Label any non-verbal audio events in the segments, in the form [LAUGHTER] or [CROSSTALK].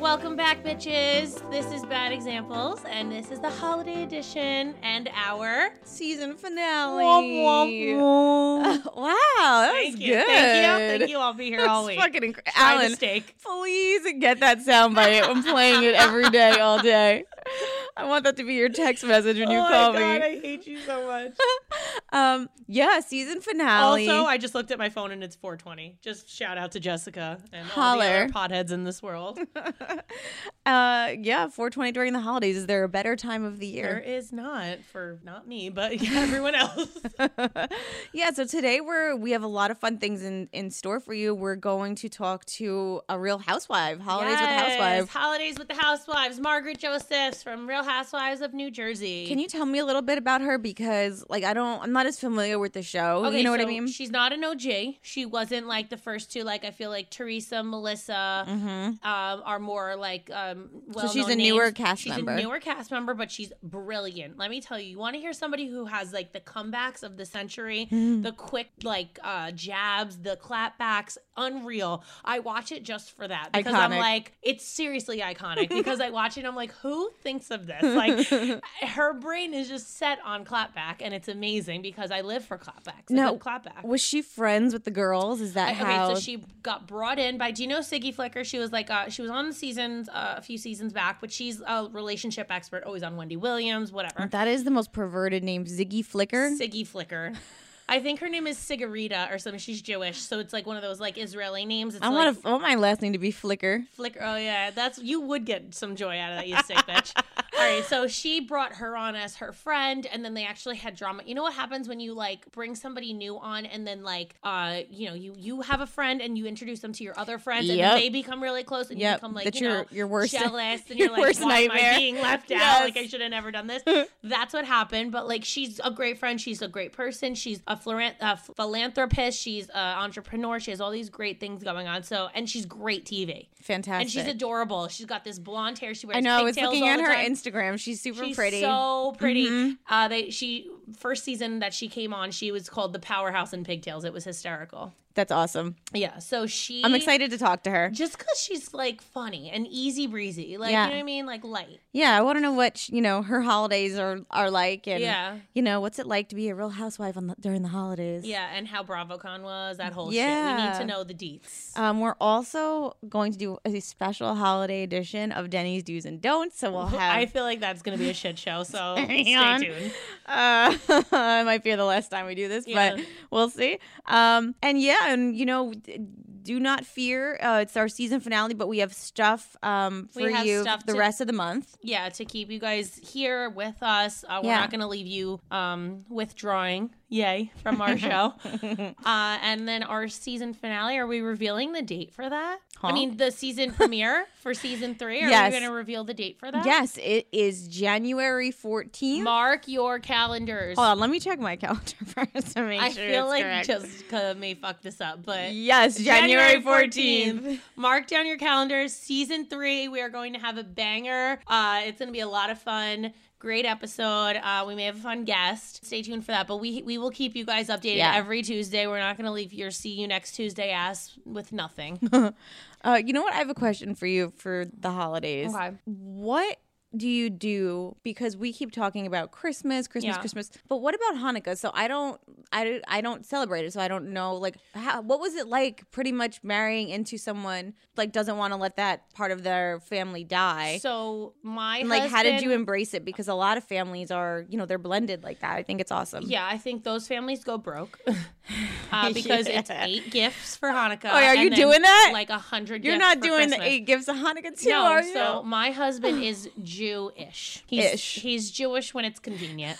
Welcome back, bitches. This is Bad Examples, and this is the holiday edition and our. Season finale. Thank wow, [LAUGHS] that you. was good. Thank you. Thank you. I'll be here all [LAUGHS] That's week. fucking incredible. Try Alan, to steak. please get that soundbite. I'm playing it every [LAUGHS] day, all day. I want that to be your text message when you oh call my God, me. I hate you so [LAUGHS] much. Um, yeah, season finale. Also, I just looked at my phone and it's 420. Just shout out to Jessica and all Holler. the other podheads in this [LAUGHS] world. uh, yeah, 420 during the holidays. Is there a better time of the there year? is not for not me, but [LAUGHS] yeah, everyone else. yeah, so today we're we have a lot of fun things in in store for you. We're going to talk to a Real Housewife, [LAUGHS] Holidays Yes, with Housewife. Holidays with the Housewives. Margaret Josephs from Real Housewives of New Jersey. Can you tell me a little bit about her because like I don't I'm not as familiar with the show. you know what I so mean? She's not an OG. She wasn't like the first two. Like I feel like Teresa, Melissa, mm-hmm. um, are more like um. Well, she's a newer cast she's member. a newer cast member, but she's brilliant. Let me tell you, you want to hear somebody who has like the comebacks of the century, Mm. the quick like uh jabs, the clapbacks, unreal. I watch it just for that because I'm Iconic. like, it's seriously iconic [LAUGHS] because I watch it. I'm like, who thinks of this? Like, her brain is just set on clapback, and it's amazing because I live for clapbacks. No No, clapback. Was she friends with the girls? Is that I- how? Okay, so she got brought in by. Do you know Siggy Flicker? She was like, uh, she was on the seasons uh, a few seasons back, but she's a relationship expert, always on Wendy Williams, whatever. that is the most perverted name, Ziggy Flicker. Siggy [LAUGHS] Flicker. I think her name is Sigarita or something. She's Jewish, so it's like one of those like Israeli names. It's I like want to. I want my last name to be Flicker. Flicker. Oh yeah, that's you would get some joy out of that, you sick [LAUGHS] bitch. All right, so she brought her on as her friend, and then they actually had drama. You know what happens when you like bring somebody new on, and then like, uh, you know, you you have a friend and you introduce them to your other friends, and then Yep. they become really close, and you Yep, become like, that's you know, your- your worst- jealous, and [LAUGHS] your you're like, worst why am I nightmare." being left out? Yes. Like I should have never done [LAUGHS] this. that's what happened. But like, she's a great friend. She's a great person. She's a, floran- a philanthropist. She's an entrepreneur. She has all these great things going on. So, and she's great TV. Fantastic. And she's adorable. She's got this blonde hair. She wears. I know. I was pigtails looking all at the her time. Instagram. She's super She's pretty. Mm-hmm. so pretty. Uh, they she first season that she came on, she was called the powerhouse in pigtails. It was hysterical. That's awesome. Yeah. So she. I'm excited to talk to her. Just because she's like funny and easy breezy, like Yeah. you know what I mean, like light. Yeah, I want to know what sh- you know her holidays are are like, and Yeah. you know what's it like to be a Real Housewife on the, during the holidays. Yeah, and how BravoCon was that whole Yeah. shit. We need to know the deets. Um, we're also going to do a special holiday edition of Denny's Do's and Don'ts. So we'll I have. feel like that's gonna be a shit show. So stay [LAUGHS] Hang on. tuned. [LAUGHS] Uh, it might be the last time we do this, Yeah. but we'll see. Um, and yeah, and you know, d- do not fear. Uh, it's our season finale, but we have stuff um, We for have you stuff the to- rest of the month. yeah to keep you guys here with us uh, we're Yeah. not going to leave you um, withdrawing yay from [LAUGHS] our show uh, and then our season finale are we revealing the date for that i Huh? mean the [LAUGHS] season premiere for season three are Yes. we going to reveal the date for that Yes, it is January fourteenth. mark your calendars Hold on, let me check my [LAUGHS] calendar first to make i sure. feel it's like correct. jessica may fuck this up but yes, January fourteenth. 14th. Mark down your calendars. Season three, we are going to have a banger. Uh, it's going to be a lot of fun. Great episode. Uh, we may have a fun guest. Stay tuned for that. But we we will keep you guys updated Yeah. every Tuesday. We're not going to leave your see you next Tuesday ass with [LAUGHS] nothing. Uh, you know what? I have a question for you for the holidays. Okay. What do you do? Because we keep talking about Christmas, Christmas, Yeah. Christmas. But what about Hanukkah? So I don't, I, don't- I don't celebrate it. So I don't know. Like, how, what was it like? Pretty much marrying into someone like doesn't want to let that part of their family die. [LAUGHS] So my and like, how did you husband- embrace it? Because a lot of families are, you know, they're blended like that. I think it's awesome. Yeah, I think those families go broke [LAUGHS] [LAUGHS] uh, because it's Yeah. eight gifts for Hanukkah. Oh, are and you then, doing that? Like a hundred. You're gifts not for doing the Christmas. eight gifts of Hanukkah [LAUGHS] too, No, are you? [LAUGHS] so my [SIGHS] husband is Jewish. He's, Ish. He's Jewish when it's convenient.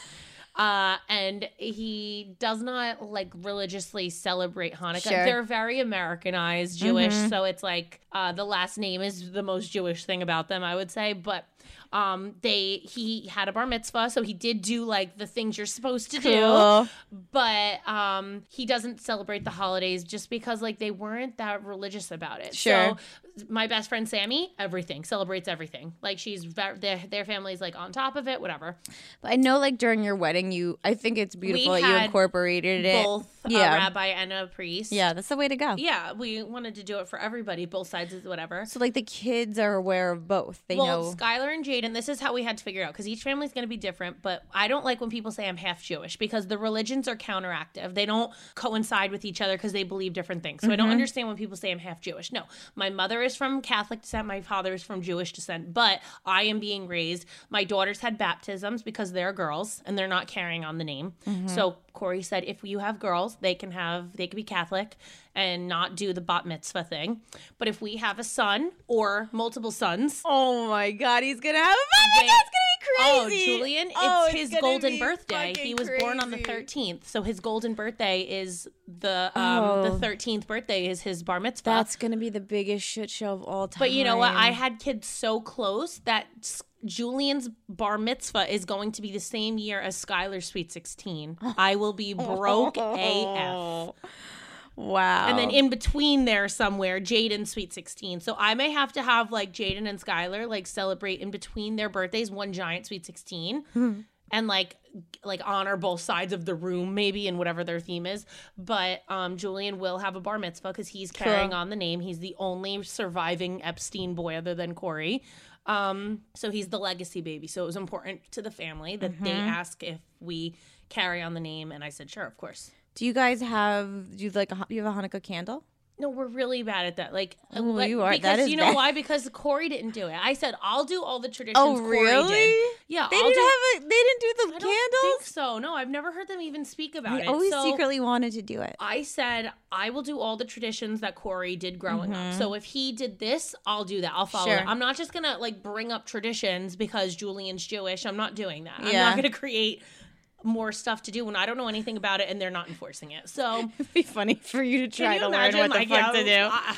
Uh, and he does not like religiously celebrate Hanukkah. Sure. Mm-hmm. They're very Americanized Jewish, so it's like Uh, the last name is the most Jewish thing about them, I would say. But um, they he had a bar mitzvah, so he did do like the things you're supposed to do. Cool. But um, he doesn't celebrate the holidays just because like they weren't that religious about it. Sure. So my best friend Sammy, everything celebrates everything. Like she's ve- their their family's like on top of it, whatever. But I know, like during your wedding, you I think it's beautiful that you had incorporated it. Both Eh, yeah, a rabbi and a priest. yeah, that's the way to go. Yeah, we wanted to do it for everybody, both sides is whatever. So like the kids are aware of both. They Well, know. Skylar and Jaden, this is how we had to figure out because each family's going to be different. But I don't like when people say I'm half Jewish because the religions are counteractive. They don't coincide with each other because they believe different things. So I Mm-hmm. don't understand when people say I'm half Jewish. No, my mother is from Catholic descent, my father is from Jewish descent, but I am being raised. My daughters had baptisms because they're girls and they're not carrying on the name. Mm-hmm. So Corey said if you have girls, they can have they can be Catholic and not do the bat mitzvah thing. But if we have a son or multiple sons, Oh my god, he's gonna have a They- baby. That's gonna be crazy. Oh, Julian, it's Oh, his gonna golden be birthday. He fucking was born on the crazy. 13th, so his golden birthday is the um, Oh. the 13th birthday is his bar mitzvah. That's gonna be the biggest shit show of all time. but you know what? I had kids so close that S- Julian's bar mitzvah is going to be the same year as Skylar's sweet 16. I will be [LAUGHS] broke AF. wow. And then in between there somewhere, Jaden's sweet 16. So I may have to have like Jaden and Skylar like celebrate in between their birthdays one giant sweet 16 and like like honor both sides of the room maybe and whatever their theme is. But um Julian will have a bar mitzvah because he's carrying Cool. on the name. He's the only surviving Epstein boy other than Corey. Um so he's the legacy baby. So it was important to the family that they ask if we carry on the name and I said sure of course. do you guys have do you like a, ha- you have a Hanukkah candle? No, we're really bad at that. Like, uh, Ooh, like- you are- Because that is you know bad. Oh, why? Because Corey didn't do it. I said I'll do all the traditions. Corey did." really? Yeah, They Uh, I'll didn't do- have a. They didn't do the I don't think candles. so. No, I've never heard them even speak about I it. always So secretly wanted to [LAUGHS] do it. I said I will do all the traditions that Corey did growing up. So if he did this, I'll do that. I'll follow. Mm-hmm. Sure. It. I'm not just gonna like bring up traditions because Julian's Jewish. I'm not doing that. I'm Yeah. not gonna create more stuff to do when I don't know anything about it and they're not enforcing it. So It'd be funny for you to try Can you to learn imagine, what the like, fuck yeah, to do. I-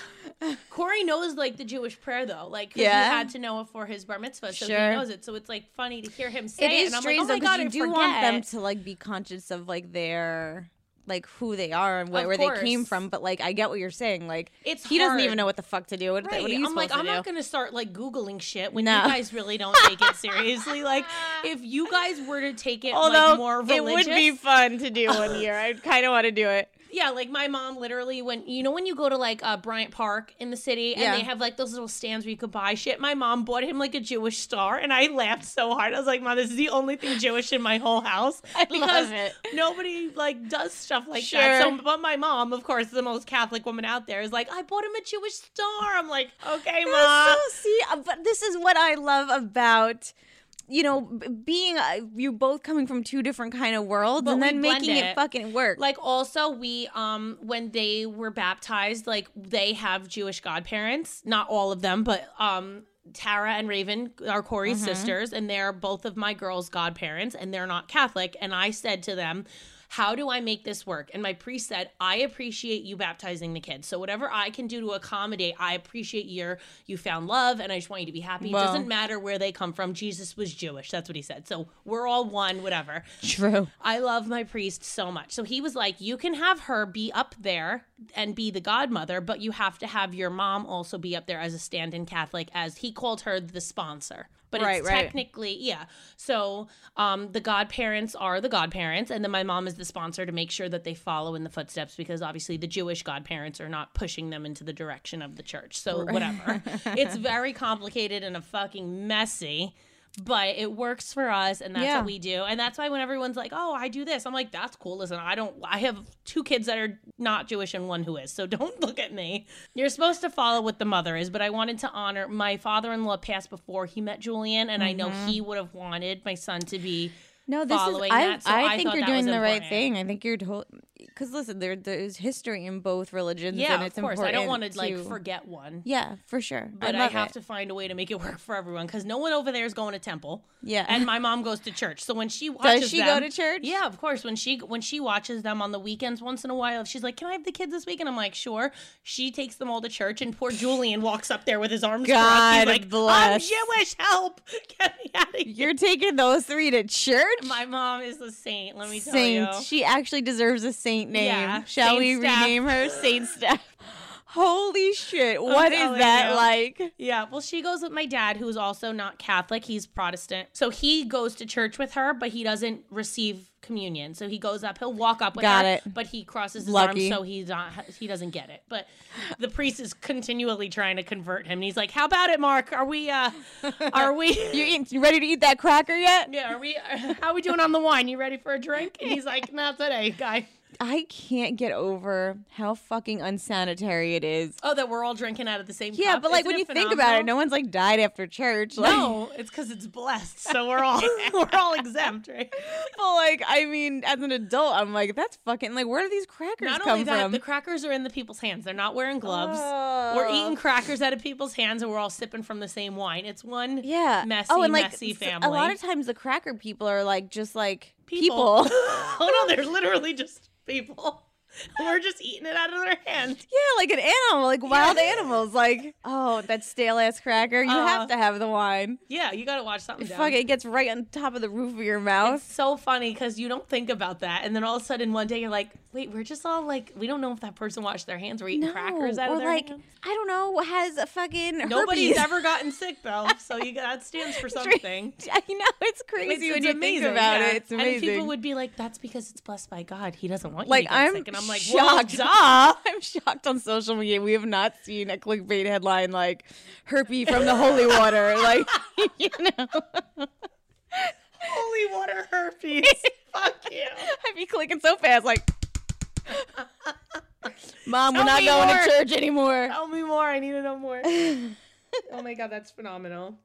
I- [LAUGHS] Corey knows like the Jewish prayer though, like 'cause Yeah. he had to know it for his bar mitzvah, so Sure. he knows it. So it's like funny to hear him say it it. is and I'm like, strange oh my though, 'cause god, you I do forget. want them to like be conscious of like their like who they are and Of what, where they came course. from. But like, I get what you're saying. Like, It's he doesn't even hard. know what the fuck to do. What, Right. what are you I'm supposed like, to I'm do? not gonna start like Googling shit when No. you guys really don't take [LAUGHS] it seriously. Like if you guys were to take it like more religious. fun to [LAUGHS] do one year. I kind of want to do it. Yeah, like my mom literally when you know when you go to like uh, Bryant Park in the city and Yeah. they have like those little stands where you could buy shit. My mom bought him like a Jewish star, and I laughed so hard. I was like, "Mom, this is the only thing Jewish in my whole house [LAUGHS] I because love it. nobody like does stuff like that." So, Sure. but my mom, of course, the most Catholic woman out there, is like, "I bought him a Jewish star." I'm like, "Okay, mom." So see, uh, but this is what I love about you know b- being uh, you both coming from two different kind of worlds But and we then blend making it. it. fucking work. Like also we um when they were baptized, like they have Jewish godparents, not all of them, but um Tara and Raven are Corey's sisters, and they're both of my girls' godparents, and they're not Catholic. And I said to them, How do I make this work? And my priest said, I appreciate you baptizing the kids. So whatever I can do to accommodate, I appreciate your you found love and I just want you to be happy. Wow. It doesn't matter where they come from. Jesus was Jewish. That's what he said. So we're all one, whatever. True. I love my priest so much. So he was like, You can have her be up there and be the godmother, but you have to have your mom also be up there as a stand in Catholic, as he called her the sponsor. But Right, it's right. technically, yeah. So um, the godparents are the godparents, and then my mom is the sponsor to make sure that they follow in the footsteps because obviously the Jewish godparents are not pushing them into the direction of the church. So [LAUGHS] whatever. it's very complicated and a fucking messy. But it works for us, and that's Yeah. what we do. And that's why when everyone's like, oh, I do this, I'm like, that's cool. Listen, I don't, I have two kids that are not Jewish and one who is. So [LAUGHS] don't look at me. You're supposed to follow what the mother is, but I wanted to honor my father in law passed before he met Julian. And I know Mm-hmm. he would have wanted my son to be No, this is. following I, that, so I, I think thought you're that was doing the right important. thing. I think you're. To- because listen, there there's history in both religions. and yeah, of it's course. I don't want important to like to- forget one. Yeah, for sure. But I, I, love have it. to find a way to make it work for everyone because no one over there is going to temple. Yeah. and my mom goes to church. So when she watches, she go them- to church? Yeah, of course. When she when she watches them on the weekends, once in a while, she's like, "Can I have the kids this weekend?" I'm like, "Sure." She takes them all to church, and poor Julian walks up there with his arms crossed. He's God like, bless. "I'm Jewish. Help! [LAUGHS] Get me out of here." [LAUGHS] You're taking those three to church. My mom is a saint. Let me tell saint. you. She actually deserves a saint name. Yeah, Shall Saint we Steph. rename her Saint Steph? [LAUGHS] Holy shit! What is telling that you. like? Yeah, well, she goes with my dad, who is also not Catholic. He's Protestant. So he goes to church with her, but he doesn't receive communion. So he goes up, he'll walk up with Got her, it. but he crosses his Lucky. arms, so he's not, he doesn't get it. But the priest is continually trying to convert him. And he's like, How about it, Mark? Are we, uh, are we, [LAUGHS] You, eat, you ready to eat that cracker yet? yeah, are we, how are we doing on the wine? You ready for a drink? And he's like, Not today, guy. I can't get over how fucking unsanitary it is. Oh, that we're all drinking out of the same Yeah, cup? but like Isn't when it you think about it, phenomenal? no one's like died after church. Like, [LAUGHS] No, it's because it's blessed, so we're all [LAUGHS] we're all exempt, right? but like I mean, as an adult, I'm like, that's fucking like, where do these crackers Not come only that, from? Oh. the crackers are in the people's hands. They're not wearing gloves. We're eating crackers out of people's hands, and we're all sipping from the same wine. It's one yeah, Oh, messy, messy s- family. A lot of times, the cracker people are like just like people. people. [LAUGHS] [LAUGHS] oh no, they're literally just people. [LAUGHS] We're just eating it out of their hands. yeah, like an animal, like wild animals. Like, oh, that stale ass cracker. You Uh, have to have the wine. Yeah, you got to watch something. down. Fuck, it gets right on top of the roof of your It's mouth. so funny because you don't think about that, and then all of a sudden one day you're like, "Wait, we're just all like, we don't know if that person washed their hands. We're eating crackers No, out or of their like hands." I don't know, has a fucking Nobody's herpes. ever gotten sick though, so you, that stands for something. [LAUGHS] I know it's crazy It's- when it's you amazing, think about yeah. it. It's amazing. And people would be like, "That's because it's blessed by God. He doesn't want you like to get I'm, sick." And I'm like, [LAUGHS] shocked. Well, duh. [LAUGHS] I'm shocked on social media. We have not seen a clickbait headline like "herpy from the [LAUGHS] holy water." Like [LAUGHS] you know, holy water [LAUGHS] herpes. Fuck you. I'd be clicking so fast. Like, [LAUGHS] mom, we're Tell not me going more. to church anymore. Tell me more. I need to know [LAUGHS] more. oh my God, that's phenomenal.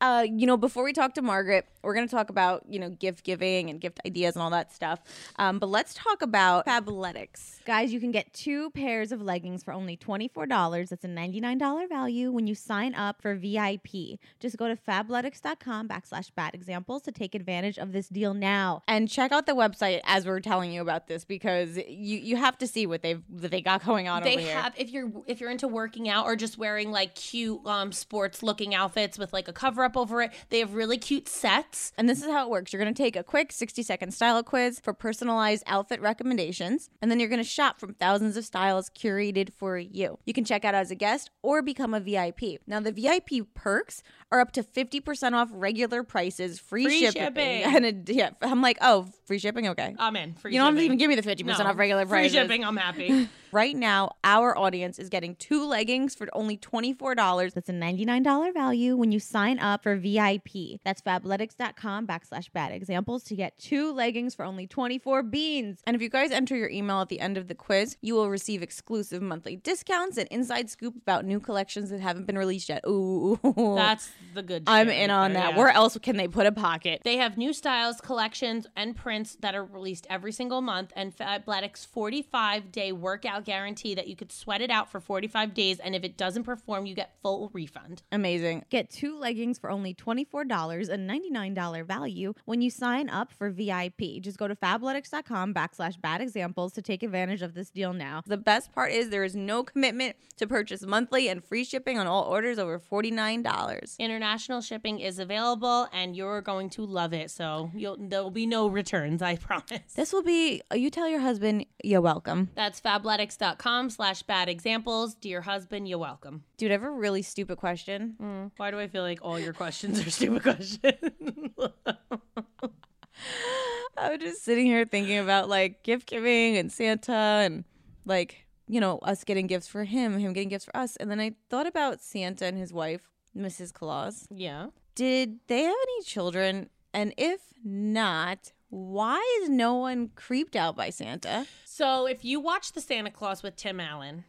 uh, you know, before we talk to Margaret, we're going to talk about, you know, gift giving and gift ideas and all that stuff. Um, but let's talk about Fabletics. Guys, you can get two pairs of leggings for only $24. That's a $99 value when you sign up for VIP. Just go to fabletics.com backslash bad examples to take advantage of this deal now. And check out the website as we're telling you about this because you, you have to see what they've what they got going on They over here. have if you're if you're into working out or just wearing like cute um sports looking outfits with like a cover up over it, they have really cute sets. And this is how it works. You're going to take a quick 60 second style quiz for personalized outfit recommendations, and then you're going to shop from thousands of styles curated for you. You can check out as a guest or become a VIP. Now, the VIP perks are up to 50% off regular prices, free, Free shipping. shipping. [LAUGHS] And a, yeah, I'm like, oh, free shipping? Okay. I'm in. Free you don't have to shipping. even give me the 50% No, off regular free prices. shipping. I'm happy. Right now, our audience is getting two leggings for only $24. That's a $99 value when you sign up for VIP. That's fabletics.com backslash bad examples to get two leggings for only 24 beans. And if you guys enter your email at the end of the quiz, you will receive exclusive monthly discounts and inside scoop about new collections that haven't been released yet. Ooh, that's the good. I'm shit in right on there, that. yeah. Where else can they put a pocket? They have new styles, collections, and prints that are released every single month, and Fabletics 45 day workout guarantee that you could sweat it out for 45 days, and if it doesn't perform, you get full refund. Amazing. Get two leggings for only $24, a $99 value, when you sign up for VIP. Just go to fabletics.com backslash bad examples to take advantage of this deal now. The best part is there is no commitment to purchase monthly and free shipping on all orders over $49. International shipping is available, and you're going to love it. So you'll, there'll be no returns, I [LAUGHS] promise. This will be, you tell your husband, you're welcome. That's fabletics.com slash bad examples. Dear husband, you're welcome. Dude, I have a really stupid question. Mm. Why do I feel like all your questions are stupid [LAUGHS] questions? I was just sitting here thinking about like gift giving and Santa and like, you know, us getting gifts for him, him getting gifts for us. And then I thought about Santa and his wife, Mrs. Claus. yeah. Did they have any children? And if not, why is no one creeped out by Santa? So if you watch The Santa Claus with Tim [LAUGHS] Allen,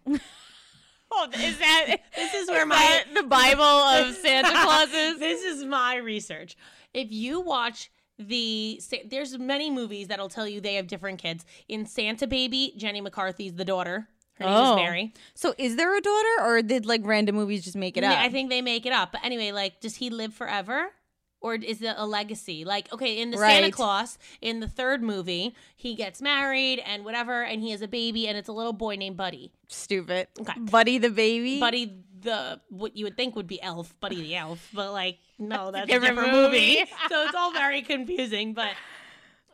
Oh, is that this is where my- [LAUGHS] the Bible of Santa Claus is? this is my research. If you watch the Sa- there's many movies that'll tell you they have different kids. In Santa Baby, Jenny McCarthy's the daughter. Her name Oh. is Mary. [LAUGHS] So is there a daughter, or did like random movies just make it up? I think they make it up. But anyway, like, does he live forever? Or is it a legacy? Like, okay, in the Santa Right. Claus, in the third movie, he gets married and whatever, and he has a baby, and it's a little boy named Buddy. stupid. Okay. Buddy the baby. Buddy, the what you would think would be Elf, Buddy the Elf, but like, no, that's a different different, movie. movie. [LAUGHS] so it's all very confusing. But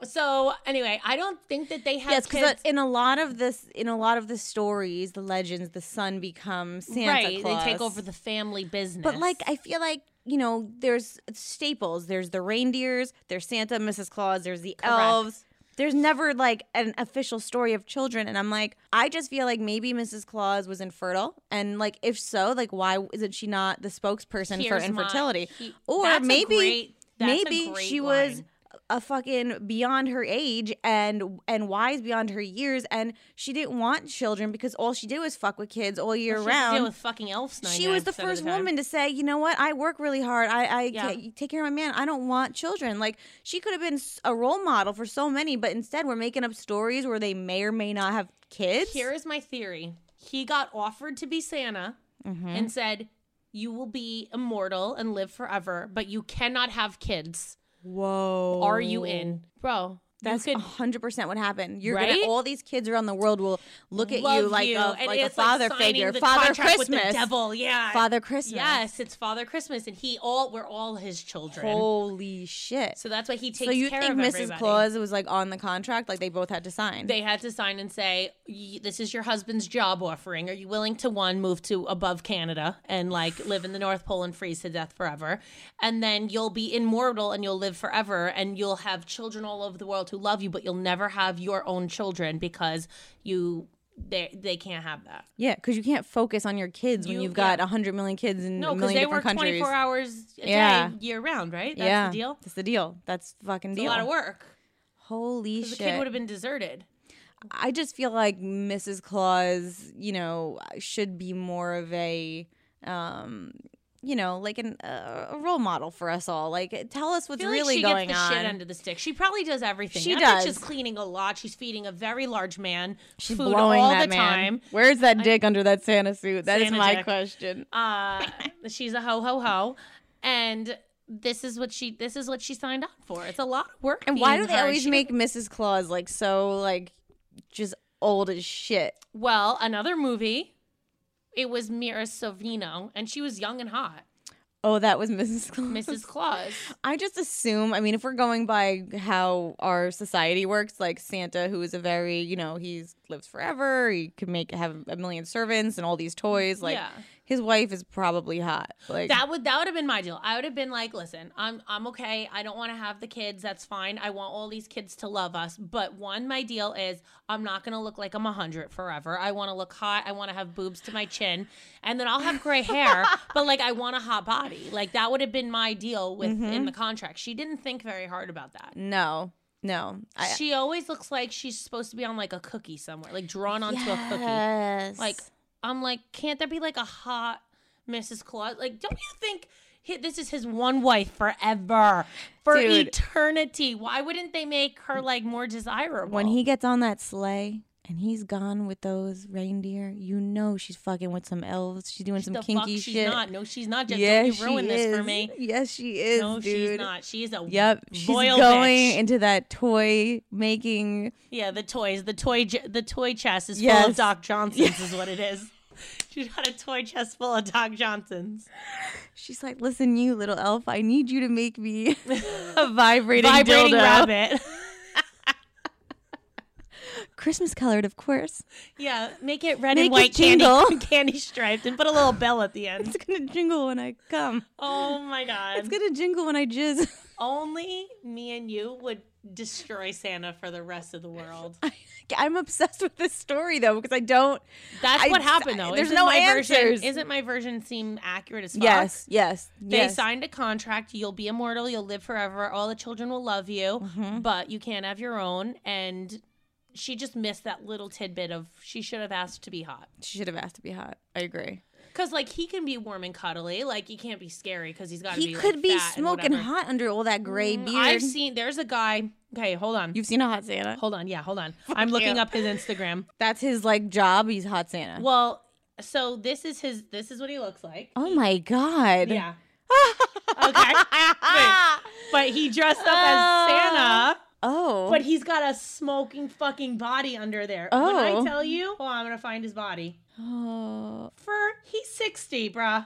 so anyway, I don't think that they have Yes, kids. because in a lot of this, in a lot of the stories, the legends, the son becomes Santa right, Claus. they take over the family business. But like, I feel like you know, there's staples. There's the reindeers. There's Santa, Mrs. Claus. There's the elves. There's never like an official story of children, and I'm like, I just feel like maybe Mrs. Claus was infertile, and like if so, like why isn't she not the spokesperson for Here's my- infertility? he- or that's a maybe great- that's a maybe great she was line. a fucking beyond her age and and wise beyond her years, and she didn't want children because all she did was fuck with kids all year She has to round deal with fucking elves. she was the 99% of first time. woman to say, you know what? I work really hard. I, I Yeah. ca- take care of my man. I don't want children. Like she could have been s- a role model for so many, but instead we're making up stories where they may or may not have kids. Here is my theory. He got offered to be Santa Mm-hmm. and said, You will be immortal and live forever, but you cannot have kids. Whoa, Are you in? Bro, Oh. That's you could hundred percent what happened. You're Right? gonna all these kids around the world will look at love you like a and like a it's like father signing figure, the Father contract with the Christmas, devil, yeah. Father Christmas. Yes, it's Father Christmas, and he all we're all his children. Holy shit! so that's why he takes So you care think of Mrs. everybody. Claus was like on the contract, like they both had to sign? They had to sign and say, "Y- "This is your husband's job offering. Are you willing to one move to above Canada and like live in the North Pole and freeze to death forever, and then you'll be immortal and you'll live forever and you'll have children all over the world who love you, but you'll never have your own children because you they they can't have that. Yeah, because you can't focus on your kids when You- you've got yeah. a hundred million kids in No, a because million they different work countries. 24 hours a Yeah. day year round, right? That's yeah, the deal. That's the deal. That's fucking It's deal. a lot of work. Holy 'Cause The shit! kid would have been deserted. I just feel like Mrs. Claus, you know, should be more of a, um, you know, like an, uh, a role model for us all. Like, tell us what's feel really like she going gets the on. shit under the stick. She probably does everything. She that does. Bitch is cleaning a lot. She's feeding a very large man. She's food blowing all that the man. time. Where's that dick under that Santa suit? That is Santa my dick. question. Uh, [LAUGHS] she's a ho ho ho, and this is what she this is what she signed up for. It's a lot of work. And why do being they her. always She- make Mrs. Claus like so like just old as shit? well another movie? It was Mira Sorvino, and she was young and hot. Oh, that was Mrs. Claus. Mrs. Claus. I just assume. I mean, if we're going by how our society works, like Santa, who is a very, you know, he's lives forever. He could make have a million servants and all these toys. Like Yeah. his wife is probably hot. Like That would that would have been my deal. I would have been like, listen, I'm I'm okay. I don't want to have the kids. That's fine. I want all these kids to love us. But one, my deal is I'm not gonna look like I'm a hundred forever. I want to look hot. I want to have boobs to my chin, and then I'll have gray hair. but like, I want a hot body. Like that would have been my deal with in the contract. She didn't think very hard about that. no, no. I, she always looks like she's supposed to be on like a cookie somewhere, like drawn onto a cookie. yes. Like, I'm like, can't there be like a hot Mrs. Claus? Like, don't you think he, this is his one wife forever, for Dude. eternity? Why wouldn't they make her like more desirable? when he gets on that sleigh. And he's gone with those reindeer. You know she's fucking with some elves. She's doing some the kinky fuck, she's shit. not. No, she's not. Just yeah, don't she you ruin this is. for me. Yes, she is. No, dude. she's not. She's a Yep, she's loyal going bitch. into that toy making. yeah, the toys, the toy, j- the toy chest is full Yes. of Doc Johnsons, [LAUGHS] is what it is. She's got a toy chest full of Doc Johnsons. She's like, "Listen, you little elf, I need you to make me [LAUGHS] a vibrating, Vibrating dildo. rabbit. Christmas colored, of course. Yeah, make it red Make it and white candy, jingle. [LAUGHS] candy striped, and put a little bell at the end. It's gonna jingle when I come. Oh my god! It's gonna jingle when I jizz." [LAUGHS] Only me and you would destroy Santa for the rest of the [LAUGHS] world. I'm obsessed with this story though because I don't. That's I- what happened though. there's Isn't no my answers. Version, isn't my version seem accurate as fuck? Yes, yes, They yes. signed a contract. You'll be immortal. You'll live forever. All the children will love you, Mm-hmm. but you can't have your own. And she just missed that little tidbit of she should have asked to be hot. She should have asked to be hot. I agree. Because like he can be warm and cuddly, like he can't be scary because he's got. He be, like, could be fat and smoking whatever. Mm, hot under all that gray beard. I've seen. There's a guy. Okay, hold on. You've seen a hot Santa. hold on. Yeah, [LAUGHS] hold on. I'm looking you. up his [LAUGHS] Instagram. That's his like job. He's hot Santa. Well, so this is his. This is what he looks like. oh my god. [LAUGHS] Yeah. okay. Wait. But he dressed up [LAUGHS] as Santa. Oh. But he's got a smoking fucking body under there. When I Oh. tell you, oh, I'm gonna find his body. oh. For he's 60, [LAUGHS] bruh.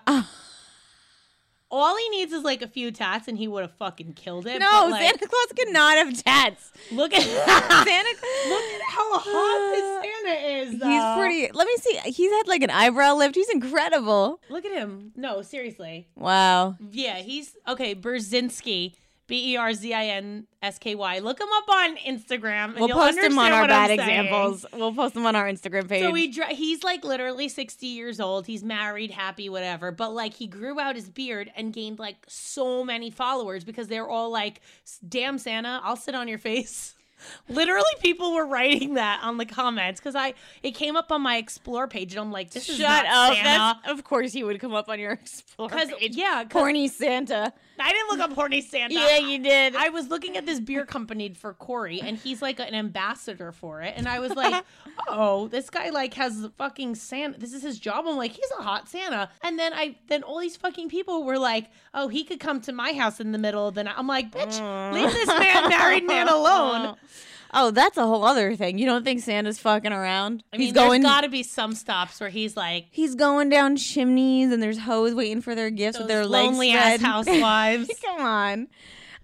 All he needs is like a few tats, and he would have fucking killed it. No, but, like, Santa Claus could not have tats. [LAUGHS] look at [LAUGHS] Santa. look at how hot this Santa is. He's though. pretty. Let me see. He's had like an eyebrow lift. He's incredible. Look at him. No, seriously. Wow. Yeah, he's okay. Brzezinski, B E R Z I N S K Y. Look him up on Instagram. And We'll you'll post him understand on our what I'm bad saying. examples. We'll post him on our Instagram page. So he dre- he's like literally 60 years old. He's married, happy, whatever. But like he grew out his beard and gained like so many followers because they're all like, "Damn Santa, I'll sit on your face." [LAUGHS] Literally, people were writing that on the comments because I it came up on my explore page and I'm like, "This Shut is not up. Santa." That's, of course he would come up on your [LAUGHS] Explore Because page. yeah, 'cause Corny Santa. I didn't look up horny Santa. Yeah, you did. I was looking at this beer company for Corey, and he's like an ambassador for it. And I was [LAUGHS] like, oh, this guy like has fucking Santa. This is his job. I'm like, he's a hot Santa. And then I, then all these fucking people were like, oh, he could come to my house in the middle of the night. I'm like, bitch, leave this man, married man, [LAUGHS] alone. Oh, that's a whole other thing. You don't think Santa's fucking around? I mean, he's going. there's got to be some stops where he's like he's going down chimneys, and there's hoes waiting for their gifts those with their legs lonely ass spread. [LAUGHS] housewives. Come on.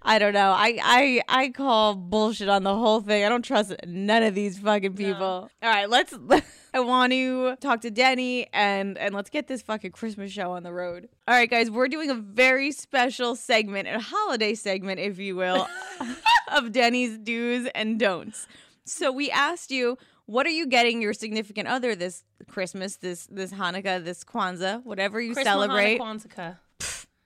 I don't know. I, I I call bullshit on the whole thing. I don't trust none of these fucking people. All right, let's. [LAUGHS] I want to talk to Denny and and let's get this fucking Christmas show on the road. All right, guys, we're doing a very special segment, a holiday segment, if you will, of Denny's do's and don'ts. So we asked you, what are you getting your significant other this Christmas, this this Hanukkah, this Kwanzaa, whatever you Chris celebrate? Mahana Quantica.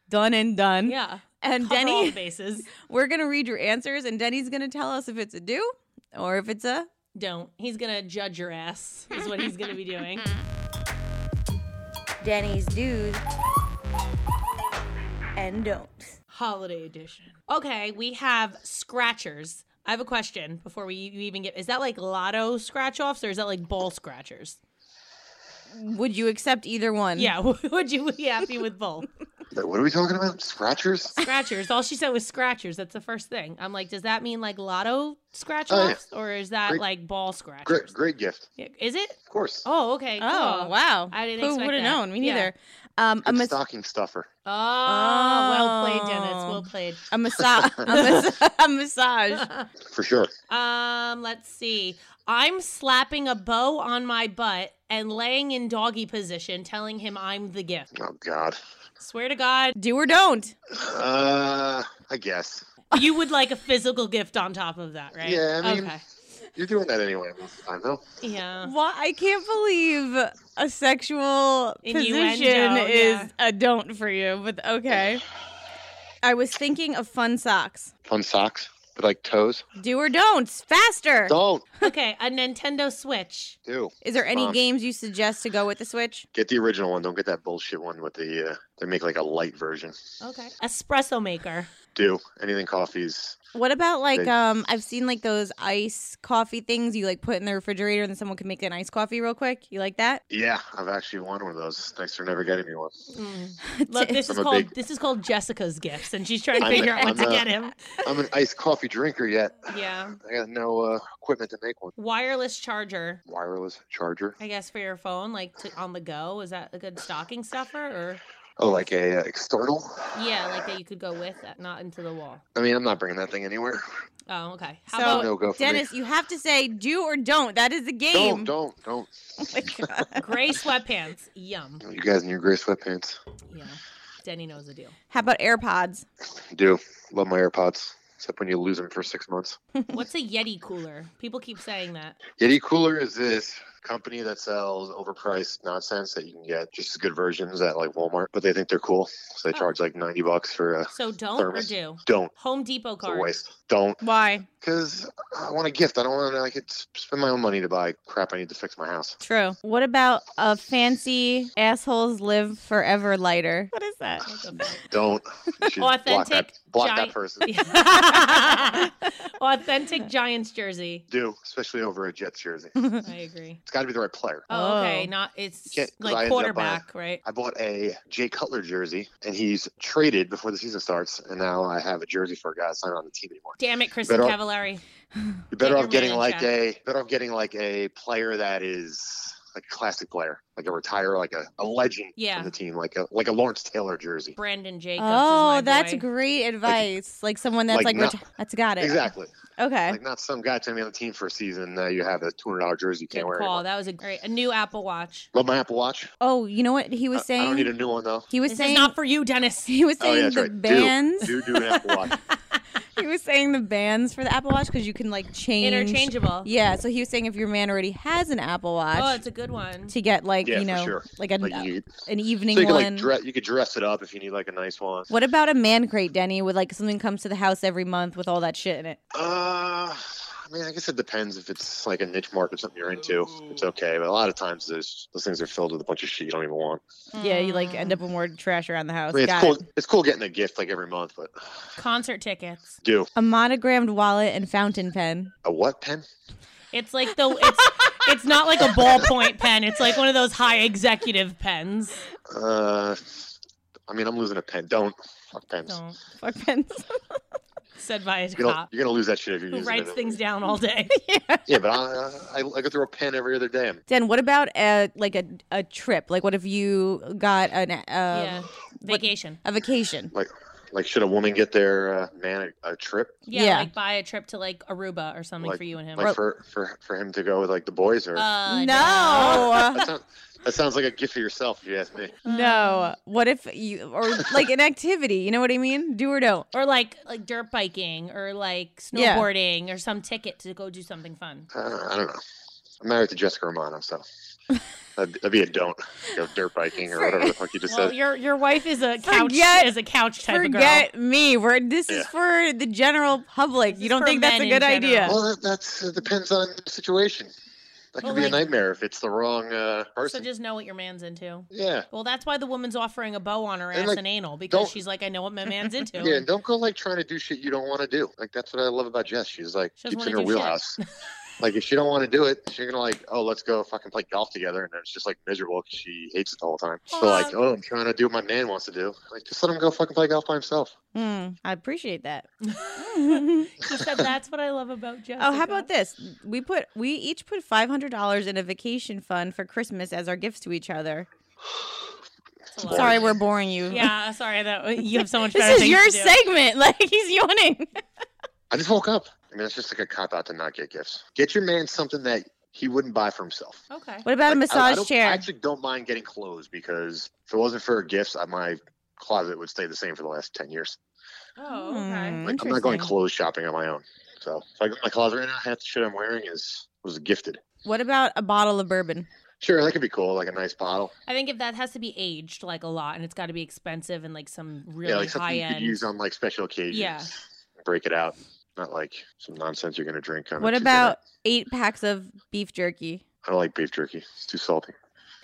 Done and done. Yeah. And Cover all Denny. the bases. We're gonna read your answers, and Denny's gonna tell us if it's a do or if it's a. Don't. He's gonna judge your ass. Is what he's gonna be [LAUGHS] doing. Denny's do's and don'ts. Holiday edition. Okay, we have scratchers. I have a question before we you even get. Is that like lotto scratch offs or is that like ball scratchers? Would you accept either one? Yeah, [LAUGHS] would you be happy with both? Like, What are we talking about? [LAUGHS] Scratchers? Scratchers. All she said was scratchers. That's the first thing. I'm like, does that mean like lotto scratch Oh, yeah. offs or is that Great- like ball Great, scratchers? great gift, Yeah, Is it? of course. Oh, okay. Oh cool. wow! I didn't Who expect would have that. known? Me Yeah. neither. Um, a, Good mas- stocking stuffer. Oh, well played, Dennis. Oh. Well played. a massage. a, mas- a massage. For sure. Um, let's see. I'm slapping a bow on my butt and laying in doggy position, telling him I'm the gift. Oh God. Swear to God, Do or don't. Uh, I guess you would [LAUGHS] like a physical gift on top of that, right? Yeah, I mean- okay. you're doing that anyway most of the time, though. Yeah. Why? I can't believe a sexual Innuendo, position is yeah. a don't for you. But okay. I was thinking of fun socks. Fun socks, but like toes. Do or don't. Faster. Don't Okay, a Nintendo Switch. do. Is there any Um, games you suggest to go with the Switch? Get the original one. Don't get that bullshit one with the. Uh, they make like a light version. Okay. Espresso maker. Do anything coffees. What about like They- um I've seen like those ice coffee things you like put in the refrigerator and then someone can make an iced coffee real quick. You like that? Yeah, I've actually won one of those. Thanks for never getting me one. Mm. Look, this is I'm a called big- this is called Jessica's gifts, and she's trying to I'm a- figure out what I'm to a- get him. I'm an iced coffee drinker yet. Yeah. I got no uh, equipment to make one. Wireless charger. Wireless charger. I guess for your phone, like to, on the go, is that a good stocking stuffer or Oh, like a uh, external. yeah, like that you could go with that, not into the wall. I mean, I'm not bringing that thing anywhere. Oh, okay. How So- about no go for me. Dennis, you have to say do or don't. That is the game. Don't, don't, don't. [LAUGHS] Oh [LAUGHS] my God. gray sweatpants? Yum. You guys in your gray sweatpants. Yeah. Denny knows [LAUGHS] the deal. How about AirPods? Do. Love my AirPods. Except when you lose them for six months. What's a Yeti cooler? People keep saying that. Yeti cooler is this company that sells overpriced nonsense that you can get just as good versions at like Walmart, but they think they're cool, so they Oh. charge like ninety bucks for a So don't Thermos. or do. don't. Home Depot It's a card. waste. Don't, Why? because I want a gift. I don't want to. I could s- spend my own money to buy crap I need to fix my house. True. What about a fancy assholes live forever lighter? What is [LAUGHS] that? What the fuck? [LAUGHS] Don't. You should Block that, Authentic block that giant- [LAUGHS] person. Authentic Giants jersey. Do especially over a Jets jersey. I [LAUGHS] agree. It's got to be the right player. Oh, okay. Oh. Not it's Yeah, 'cause I like ended up buying- quarterback, right? I bought a Jay Cutler jersey, and he's traded before the season starts, and now I have a jersey for a guy that's not on the team anymore. Damn it, Kristen Better- Cavallari. You're better Get off your getting man in like check. a better off getting like a player that is like a classic player, like a retire, like a, a legend Yeah. from the team, like a like a Lawrence Taylor jersey. Brandon Jacobs. Oh, is my that's boy. great advice. Like someone that's like, like reti- that's got it. Exactly. Okay. Like not some guy to be on the team for a season. Uh, you have a two hundred dollar jersey you Good can't wear. call. anymore. That was a great a new Apple Watch. Love my Apple Watch. oh, you know what he was I- I don't saying? need a new one though. he was This saying is not for you, Dennis. he was Oh, saying yeah, that's the right. Do. bands. Do do an [LAUGHS] Apple Watch. He was saying the bands for the Apple Watch because you can like change. Interchangeable. Yeah. So he was saying if your man already has an Apple Watch. Oh, it's a good one. to get like Yeah, you for know sure. like an, Like you, an so evening you could one like dress, you could dress it up if you need like a nice one. what about a man crate denny with like something comes to the house every month with all that shit in it Uh, I mean, I guess it depends if it's like a niche market, something you're into. It's okay, but a lot of times those those things are filled with a bunch of shit you don't even want. yeah you like Hmm. end up with more trash around the I house mean, it's Got cool. it. It's cool getting a gift like every month, but Concert tickets. do a monogrammed wallet and fountain pen [LAUGHS] a what pen? It's like the it's it's not like a ballpoint pen. It's like one of those high executive pens. Uh, I mean, I'm losing a pen. Don't fuck pens. Don't. fuck pens [LAUGHS] Said by a You're gonna, cop you're gonna lose that shit if you're who using writes it. things down all [LAUGHS] day. Yeah, but I, I I go through a pen every other day. den what about a like a, a trip like what if you got an uh, yeah. Vacation. a vacation Like like should a woman get their uh, man a, a trip? Yeah, Yeah. like buy a trip to like Aruba or something Like- for you and him. Like for for for him to go with like the boys or. Uh, [LAUGHS] no that, sounds, that sounds like a gift for yourself, if you ask me. no Um, what if you or like an activity you know what i mean do or don't Or like like dirt biking or like Yeah. snowboarding or some ticket to go do something fun. Uh, I don't know. I'm married to Jessica [LAUGHS] Romano, so that'd, that'd be a don't. Go dirt biking or whatever the fuck you just Well, said. your your wife is a couch Forget- is a couch type of girl. Forget me. We're this is Yeah. for the general public. This you is don't for think that's a men in good idea? general. Well, that that's, it depends on the situation. That could Well, be like- a nightmare if it's the wrong uh, So person. just know what your man's into. yeah. Well, that's why the woman's offering a bow on her And, ass like, and anal because don't- she's like, I know what my man's into. [LAUGHS] Yeah, and don't go like trying to do shit you don't want to do. Like that's what I love about Jess. She's like She doesn't keeps in her wanna do shit. [LAUGHS] wheelhouse. like if she don't want to do it, she's gonna like, oh, let's go fucking play golf together, and then it's just like miserable 'cause she hates it the whole time. So like, oh, I'm trying to do what my man wants to do. Like just let him go fucking play golf by himself. Mm, I appreciate [LAUGHS] that. [LAUGHS] She said that's what I love about Jessica. Oh, how about this? We put we each put five hundred dollars in a vacation fund for Christmas as our gifts to each other. That's a lot. Sorry, we're boring you. Yeah, sorry that you have so much better [LAUGHS] This is things to your do. segment. [LAUGHS] Like he's yawning. I just woke up. I mean, it's just like a cop out to not get gifts. Get your man something that he wouldn't buy for himself. Okay. What about a Like, I- I massage don't- chair? I actually don't mind getting clothes because if it wasn't for gifts, I, my closet would stay the same for the last 10 years. Oh, okay. Hmm, Like, I'm not going interesting. clothes shopping on my own. So if I go in my closet right now, half the shit I'm wearing is was gifted. What about a bottle of bourbon? Sure, that could be cool, like a nice bottle. I think if that has to be aged like a lot and it's got to be expensive and like some really yeah, like something high you end. could use um, on like special occasions. Yeah. Break it out. Not like some nonsense you're going to drink on a What Tuesday about night. eight packs of beef jerky? I don't like beef jerky. It's too salty.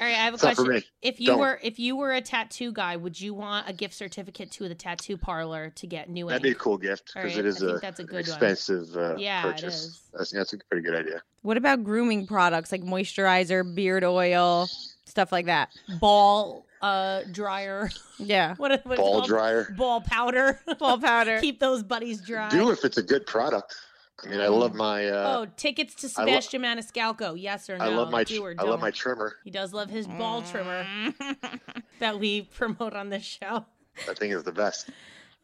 All right, I have a It's not for question. me. If you Don't. were if you were a tattoo guy, would you want a gift certificate to the tattoo parlor to get new That'd be a ink? cool gift All because right, it is I a, think that's a an good one. expensive uh, Yeah, it purchase. is. That's, that's a pretty good idea. What about grooming products like moisturizer, beard oil, stuff like that? ball uh dryer. [LAUGHS] Yeah. what what is it Ball called? dryer. Ball powder. [LAUGHS] Ball powder. Keep those buddies dry. Do if it's a good product. I mean, I love my uh, oh, tickets to I lo- Sebastian Maniscalco. Yes or no? I love my Do or I love my don't. trimmer. He does love his [LAUGHS] ball trimmer that we promote on this show. [LAUGHS] That thing is the best.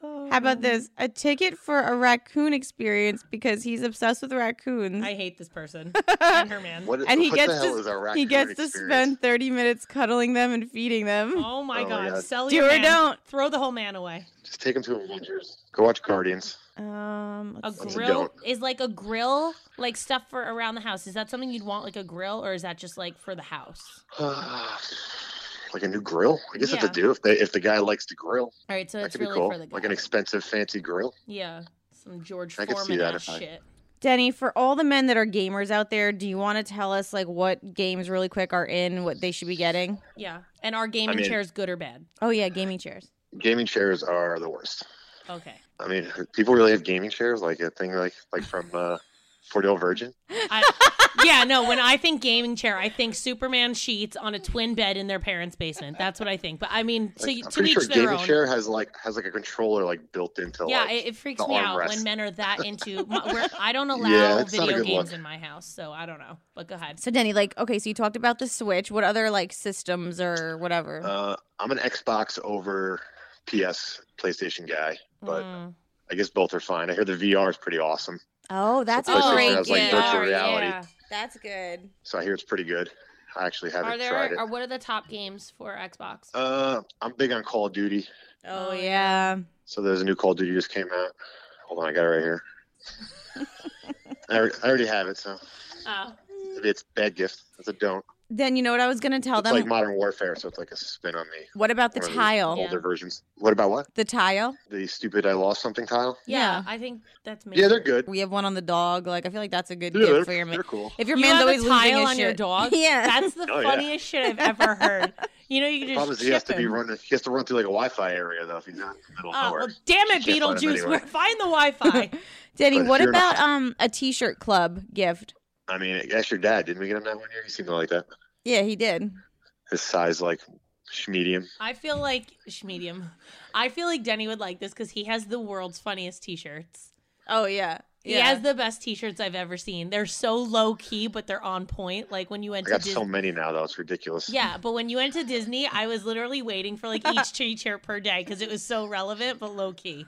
How about this? A ticket for a raccoon experience because he's obsessed with raccoons. Oh, I hate this person and her man. [LAUGHS] What, And he what gets the hell to- is a raccoon he gets to experience? spend 30 minutes cuddling them and feeding them. Oh my Oh my god. God. Sell Do your or man. don't. Throw the whole man away. Just take him to Avengers. Go watch Guardians. [SIGHS] Um, A let's see. That's a grill don't. is like a grill, like stuff for around the house. Is that something you'd want, like a grill, or is that just like for the house? like a new grill. I guess it's Yeah. a do if they if the guy likes to grill. All right, so That it's could be really cool. for the guy. Like an expensive, fancy grill. yeah, some George I could see Foreman that ass if I- shit. Denny, for all the men that are gamers out there, do you want to tell us like what games really quick are in, what they should be getting? Yeah, and our gaming mean- chairs, good or bad? Oh yeah, gaming chairs. Gaming chairs are the worst. Okay, I mean, people really have gaming chairs, like a thing like like from uh, Fordell Virgin. I, yeah, no. When I think gaming chair, I think Superman sheets on a twin bed in their parents' basement. That's what I think. But I mean, to, Like, I'm to pretty each sure their gaming own. chair has like has like a controller like built into yeah, like. it, it freaks the me out armrest. when men are that into. [LAUGHS] My, we're, I don't allow that's not a video good games look. in my house, so I don't know. But go ahead. So Denny, like, okay, so you talked about the Switch. What other like systems or whatever? Uh, I'm an Xbox over PS PlayStation guy, but Mm. I guess both are fine. I hear the VR is pretty awesome. oh, that's PlayStation a great has, like, game. virtual reality. Yeah. That's good. So I hear it's pretty good. I actually haven't Are tried there? it. Are what are the top games for Xbox? Uh, I'm big on Call of Duty. Oh Oh, yeah. So there's a new Call of Duty just came out. Hold on, I got it [LAUGHS] right here. I, alre- I already have it, so Oh. maybe it's bad gift. It's a don't. Then you know what I was gonna tell it's them. like Modern Warfare, so it's like a spin on the what about the one of the tile? older versions. What about what? The tile. The stupid I lost something tile? Yeah, I think that's me. Yeah, they're good. We have one on the dog. Like I feel like that's a good Yeah, gift they're, for your man. they're cool. If your You man's have a always losing tile his on your [LAUGHS] shit. dog? yeah. That's the [LAUGHS] Oh, yeah. funniest shit I've ever heard. You know, you can The just problem is he chip has to be him. running. He has to run through like a Wi-Fi area though. If he's not in the middle of Oh, nowhere. well, damn it, You can't find him Beetlejuice! We're anywhere. find the [LAUGHS] Wi-Fi. Denny, But what you're about not- um a T-shirt club gift? I mean, that's your dad. Didn't we get him that one year? He seemed to like that. Yeah, he did. His size, like sh- medium. I feel like sh- medium. I feel like Denny would like this because he has the world's funniest t-shirts. Oh yeah. He has the best t-shirts I've ever seen. They're so low key, but they're on point. Like when you went I to got Dis- so many now though. It's ridiculous. yeah, but when you went to Disney, I was literally waiting for like [LAUGHS] each t-shirt per day because it was so relevant but low key.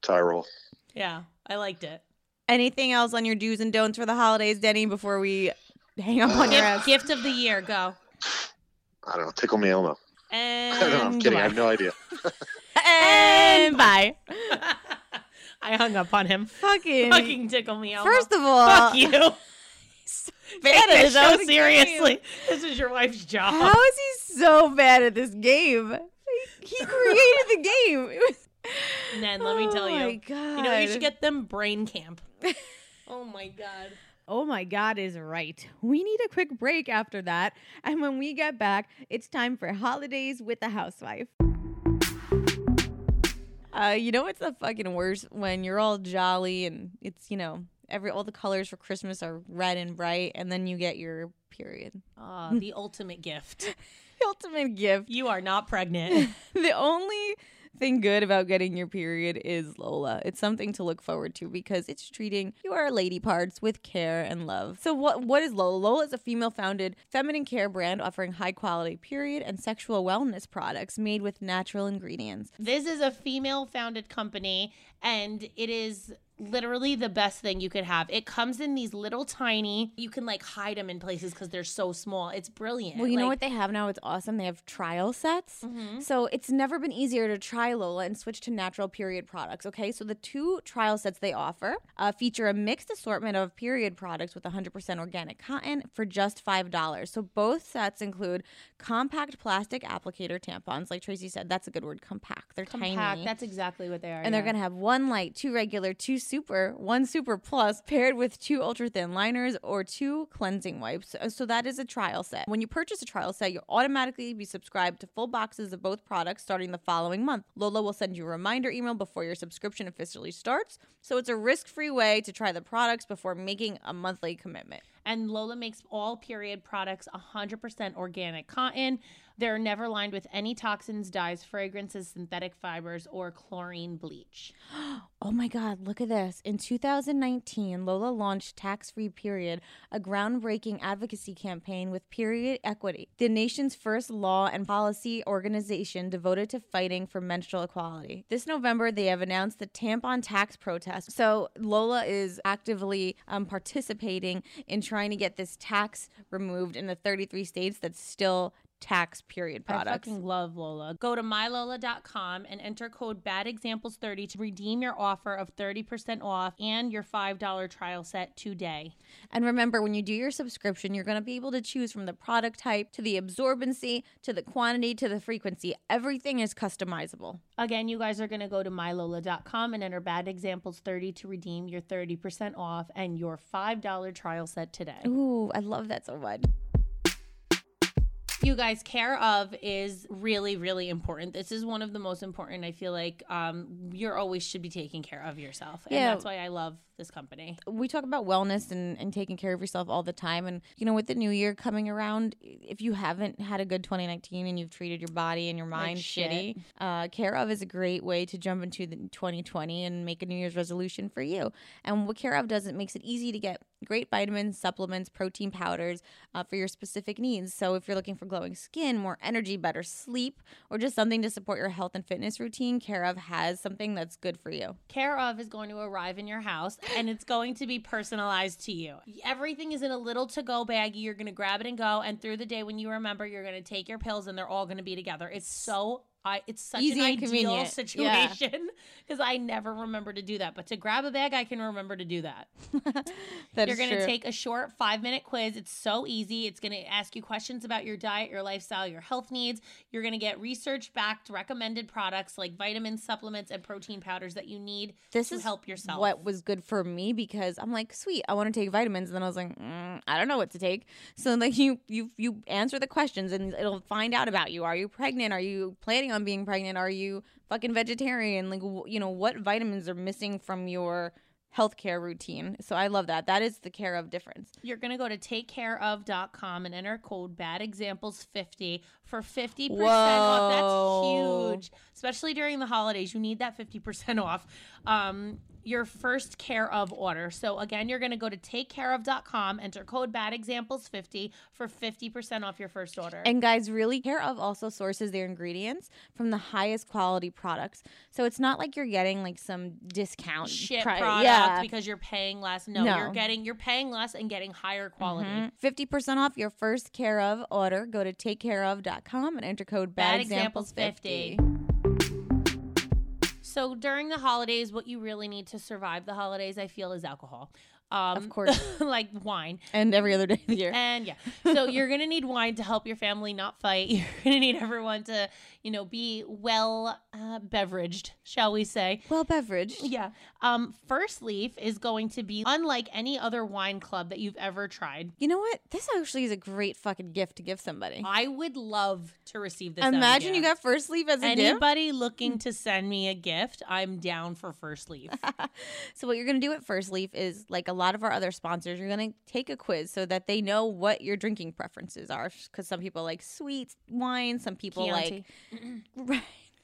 Tyrol. Yeah, I liked [LAUGHS] it. Anything else on your do's and don'ts for the holidays, Denny, before we hang up on Gift, [LAUGHS] your ass? gift of the year, go. I don't know. Tickle me Elmo. I don't know. [LAUGHS] I'm And kidding. I have [LAUGHS] no idea. And bye. [LAUGHS] I hung up on him. Fucking. Fucking tickle me Elmo. first of all, fuck you. Anna, this though, show seriously, this is your wife's job. how is he so bad at this game? He, he created the game. It was, [LAUGHS] And then let me tell Oh my you. god. You know, you should get them brain [LAUGHS] camp. oh my god. Oh my God is right. We need a quick break after that. And when we get back, it's time for holidays with the housewife. Uh, you know what's the fucking worst when you're all jolly and it's you know every all the colors for Christmas are red and bright, and then you get your period. [LAUGHS] Ah, the ultimate gift. The ultimate gift. You are not [LAUGHS] pregnant. The only thing good about getting your period is Lola. It's something to look forward to because it's treating your lady parts with care and love. So what what is Lola? Lola is a female-founded feminine care brand offering high-quality period and sexual wellness products made with natural ingredients. this is a female founded company and it is literally the best thing you could have. It comes in these little tiny, you can like hide them in places cuz they're so small. It's brilliant. Well, you know Like- what they have now? It's awesome. They have trial sets. Mhm. So it's never been easier to try Lola and switch to natural period products. Okay, so the two trial sets they offer uh, feature a mixed assortment of period products with 100% organic cotton for just $5. So both sets include compact plastic applicator tampons. Like Tracy said, that's a good word compact. They're Compact. tiny. That's exactly what they are. and they're going to have one light, two regular, two super, one super plus, [LAUGHS] paired with two ultra thin liners or two cleansing wipes. Uh, So that is a trial set. When you purchase a trial set, you'll automatically be subscribed to full boxes of both products starting the following month. Lola will send you a reminder email before your subscription officially starts. So it's a risk free way to try the products before making a monthly commitment. to And Lola makes all period products 100% organic cotton. They're never lined with any toxins, dyes, fragrances, synthetic fibers, or chlorine bleach. Oh my God, look at this. In 2019, Lola launched Tax Free Period, a groundbreaking advocacy campaign with Period Equity, the nation's first law and policy organization devoted to fighting for menstrual equality. This November, they have announced the tampon tax protest. So Lola is actively um, participating in trying to get this tax removed in the 33 states that still tax period I products. fucking love Lola. Go to mylola.com and enter code BADEXAMPLES30 to redeem your offer of 30% off and your $5 trial set today. And remember, when you do your subscription, you're going to be able to choose from the product type to the absorbency to the quantity to the frequency. Everything is customizable. Again, you guys are going to go to mylola.com and enter BADEXAMPLES30 to redeem your 30% off and your $5 trial set today. Ooh, I love that so much. you guys care of is really really important this is one of the most important i feel like um you're always should be taking care of yourself and Yeah. that's why i love this company We talk about wellness and, and taking care of yourself all the time. And, you know, with the new year coming around, if you haven't had a good 2019 and you've treated your body and your mind shit. shitty, uh, Care of is a great way to jump into the 2020 and make a New Year's resolution for you. And what Care of does, it makes it easy to get great vitamins, supplements, protein powders uh, for your specific needs. So if you're looking for glowing skin, more energy, better sleep, or just something to support your health and fitness routine, Care of has something that's good for you. [LAUGHS] care of is going to arrive in your house and it's going to be personalized to you everything is in a little to-go baggie you're going to grab it and go and through the day when you remember you're going to take your pills and they're all going to be together it's so I, it's such Easy an and ideal convenient. Yeah. situation because I never remember to do that. But to grab a bag, I can remember to do that. That You're is going to true. take a short five minute quiz. It's so easy. It's going to ask you questions about your diet, your lifestyle, your health needs. You're going to get research backed recommended products like vitamins, supplements, and protein powders that you need This to is help yourself. what was good for me because I'm like, sweet, I want to take vitamins, and then I was like, mm, I don't know what to take. So like [LAUGHS] you you you answer the questions and it'll find out about you. Are you pregnant? Are you planning on being pregnant? Are you fucking vegetarian? Like wh- you know what vitamins are missing from your healthcare routine? So I love that. That is the care of difference. You're going to go to takecareof.com and enter code badexamples50 for 50% Whoa. off. That's huge, especially during the holidays. You need that 50% off. Um, your first care of order. So again, you're going to go to takecareof.com, enter code badexamples50 for 50% off your first order. And guys, really care of also sources their ingredients from the highest quality products. So it's not like you're getting like some discount shit pri- product Yeah. because you're paying less. No, No. Mm-hmm. you're getting you're paying less and getting higher quality. Fifty percent off your first care of order. Go to takecareof.com and enter code Bad bad, examples examples 50. fifty. So during the holidays, what you really need to survive the holidays, I feel, is alcohol. Um, Of course. [LAUGHS] like wine. And every other day of the year. And yeah, so you're gonna need wine to help your family not fight. [LAUGHS] You're gonna need everyone to, you know, be well uh, beveraged, shall we say? well, beverage. Yeah. Um, First Leaf is going to be unlike any other wine club that you've ever tried. You know what? This actually is a great fucking gift to give somebody. I would love to receive this. as a Imagine you gift. got first leaf as a gift. Anybody looking to send me a gift, I'm down for first [LAUGHS] leaf. So what you're gonna do at First Leaf is like a lot of our other sponsors, you're gonna take a quiz so that they know what your drinking preferences are. Because some people like sweet wine, some people like [LAUGHS] Right.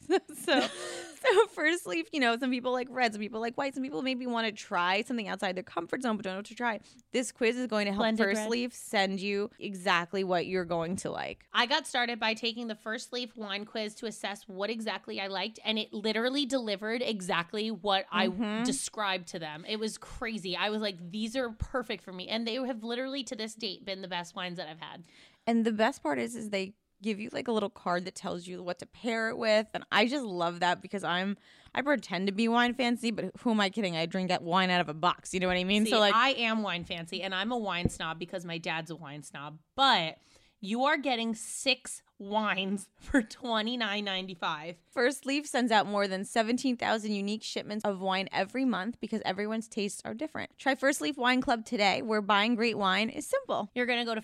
so so first leaf, you know, some people like red, some people like white, some people maybe want to try something outside their comfort zone but don't know what to try. This quiz is going to help Blended First red. Leaf send you exactly what you're going to like. I got started by taking the first leaf wine quiz to assess what exactly I liked, and it literally delivered exactly what I Mhm. described to them. It was crazy. I was like, these are perfect for me. And they have literally to this date been the best wines that I've had. And the best part is is they give you like a little card that tells you what to pair it with and I just love that because I'm I pretend to be wine fancy, but who am I kidding? I drink that wine out of a box, you know what I mean? See, so like I am wine fancy and I'm a wine snob because my dad's a wine snob, but you are getting six wines [LAUGHS] for twenty nine ninety five. First Leaf sends out more than 17,000 unique shipments of wine every month because everyone's tastes are different. Try First Leaf Wine Club today, where buying great wine is simple. You're going to go to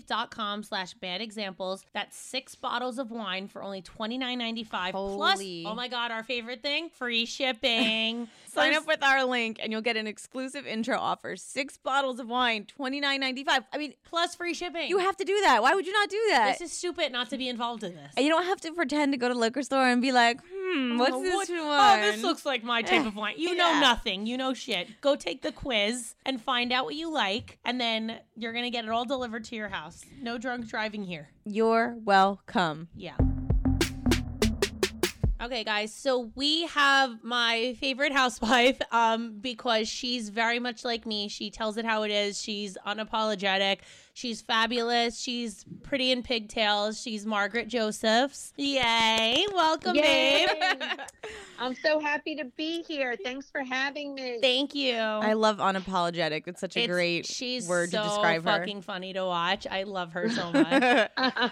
firstleaf.com slash bad examples. That's six bottles of wine for only twenty nine ninety five. Plus, Holy. oh my God, our favorite thing free [LAUGHS] shipping. Sign up with our link and you'll get an exclusive intro offer. Six bottles of wine, twenty nine ninety five. I mean, Plus, free shipping. you have to do that. Why would you not do that? This is stupid not to be involved in this. And you don't have to pretend to go to liquor store and be like, hmm, what's Oh, this what- one? Oh, this looks like my type of wine. You [LAUGHS] know Yeah. nothing. You know shit. Go take the quiz and find out what you like, and then you're gonna get it all delivered to your house. No drunk driving here. You're welcome. Yeah. Okay, guys. So we have my favorite [LAUGHS] housewife um, because she's very much like me. She tells it how it is. She's unapologetic. She's fabulous. She's pretty in pigtails. She's Margaret Josephs. Yay! Welcome, [LAUGHS] Yay. babe. I'm so happy to be here. Thanks for having me. Thank you. I love unapologetic. It's such a Oh. It's- [LAUGHS] great [LAUGHS] she's word so to describe her. fucking funny to watch. I love her [LAUGHS] so much. [LAUGHS]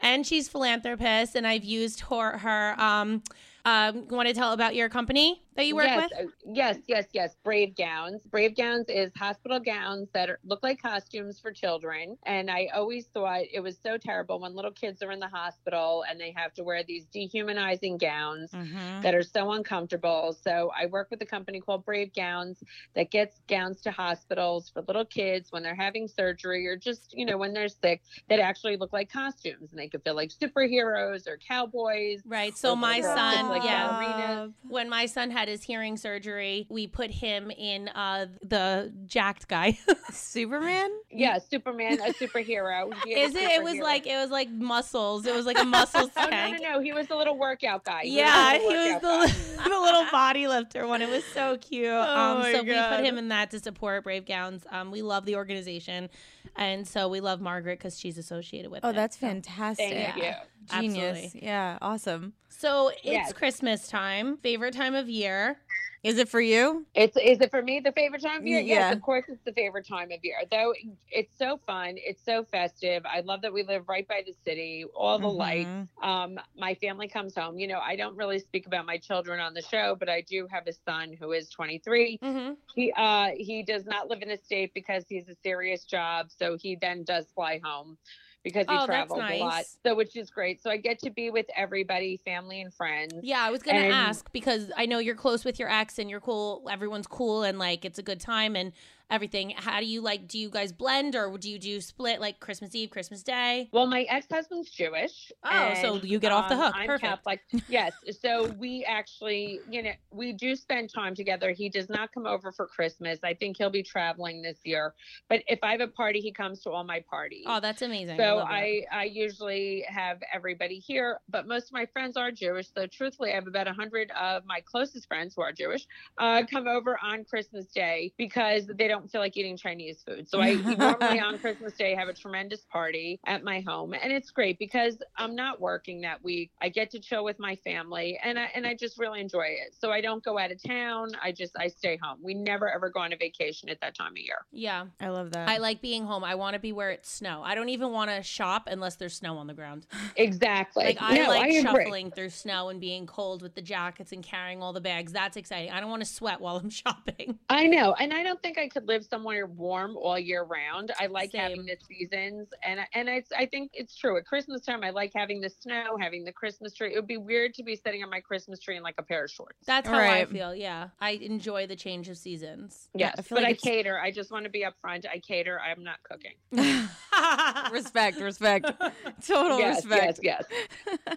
and she's philanthropist, and I've used her. her um, um, want to tell about your company that you work yes, with? uh, yes, yes, yes. Brave gowns. Brave gowns is hospital gowns that are, look like costumes for children. And I always thought it was so terrible when little kids are in the hospital and they have to wear these dehumanizing gowns Mm-hmm. that are so uncomfortable. So I work with a company called Brave Gowns that gets gowns to hospitals for little kids when they're having surgery or just, you know, when they're sick that actually look like costumes and they could feel like superheroes or cowboys. [LAUGHS] Right. So Those my little girls son, look like yeah. ballerinas. When my son had his hearing surgery, we put him in uh, the jacked [LAUGHS] guy. Superman? Yeah, Superman, a superhero. He Is a it? It was superhero. like it was like muscles. It was like a muscles [LAUGHS] Oh no, no, tank. no! He was a little workout guy. Yeah, he a little was workout [LAUGHS] Oh, guy. the, the little body lifter one. It was so cute. um, my so we God. put him in that to support Brave Gowns. Um, we love the organization, and so we love Margaret because she's associated with. Oh, it. that's So- fantastic. Thank you. Genius. Absolutely. Yeah, awesome. So it's Yes. Christmas time, favorite time of year. Is it for you? It's is it for me the favorite time of year? Yeah. Yes, of course it's the favorite time of year. Though it's so fun, it's so festive. I love that we live right by the city, all Mm-hmm. the lights. Um, my family comes home. You know, I don't really speak about my children on the show, but I do have a son who is 23. Mm-hmm. He uh he does not live in a state because he's a serious job, so he then does fly home because he Oh, that's travels a lot. nice. So which is great. So I get to be with everybody, family and friends. Yeah, I was gonna And- ask because I know you're close with your ex and you're cool. Everyone's cool and like it's a good time and everything. How do you like? Do you guys blend or do you do split like Christmas Eve, Christmas Day? Well, my ex-husband's Jewish. Oh, so and, um, you get off the hook. I'm Perfect. Catholic. Yes. So we actually, you know, we do spend time together. He does not come over for Christmas. I think he'll be traveling this year. But if I have a party, he comes to all my parties. Oh, that's amazing. so love that. I, I usually have everybody here, but most of my friends are Jewish. So truthfully, I have about a hundred of my closest friends who are Jewish uh, come over on Christmas Day because they don't feel like eating Chinese food. [LAUGHS] So I normally on Christmas Day have a tremendous party at my home, and it's great because I'm not working that week. I get to chill with my family, and I and I just really enjoy it. So I don't go out of town. I just I stay home. We never ever go on a vacation at that time of year. yeah. I love that. I like being home. I want to be where it's snow. I don't even want to shop unless there's snow on the ground. Exactly. Like I No, like agree. shuffling through snow and being cold with the jackets and carrying all the bags. That's exciting. I don't want to sweat while I'm [LAUGHS] shopping. I know, and I don't think I could live somewhere warm all year round. I like Same. having the seasons, and and it's I think it's true. At Christmas time, I like having the snow, having the Christmas tree. It would be weird to be sitting on my Christmas tree in like a pair of shorts. That's how I Right. feel. Yeah. I enjoy the change of seasons. Yes, I feel but like I it's- cater. I just want to be upfront. I cater. I'm not cooking. [LAUGHS] [LAUGHS] respect, respect. Total yes, respect. yes, [LAUGHS] yes.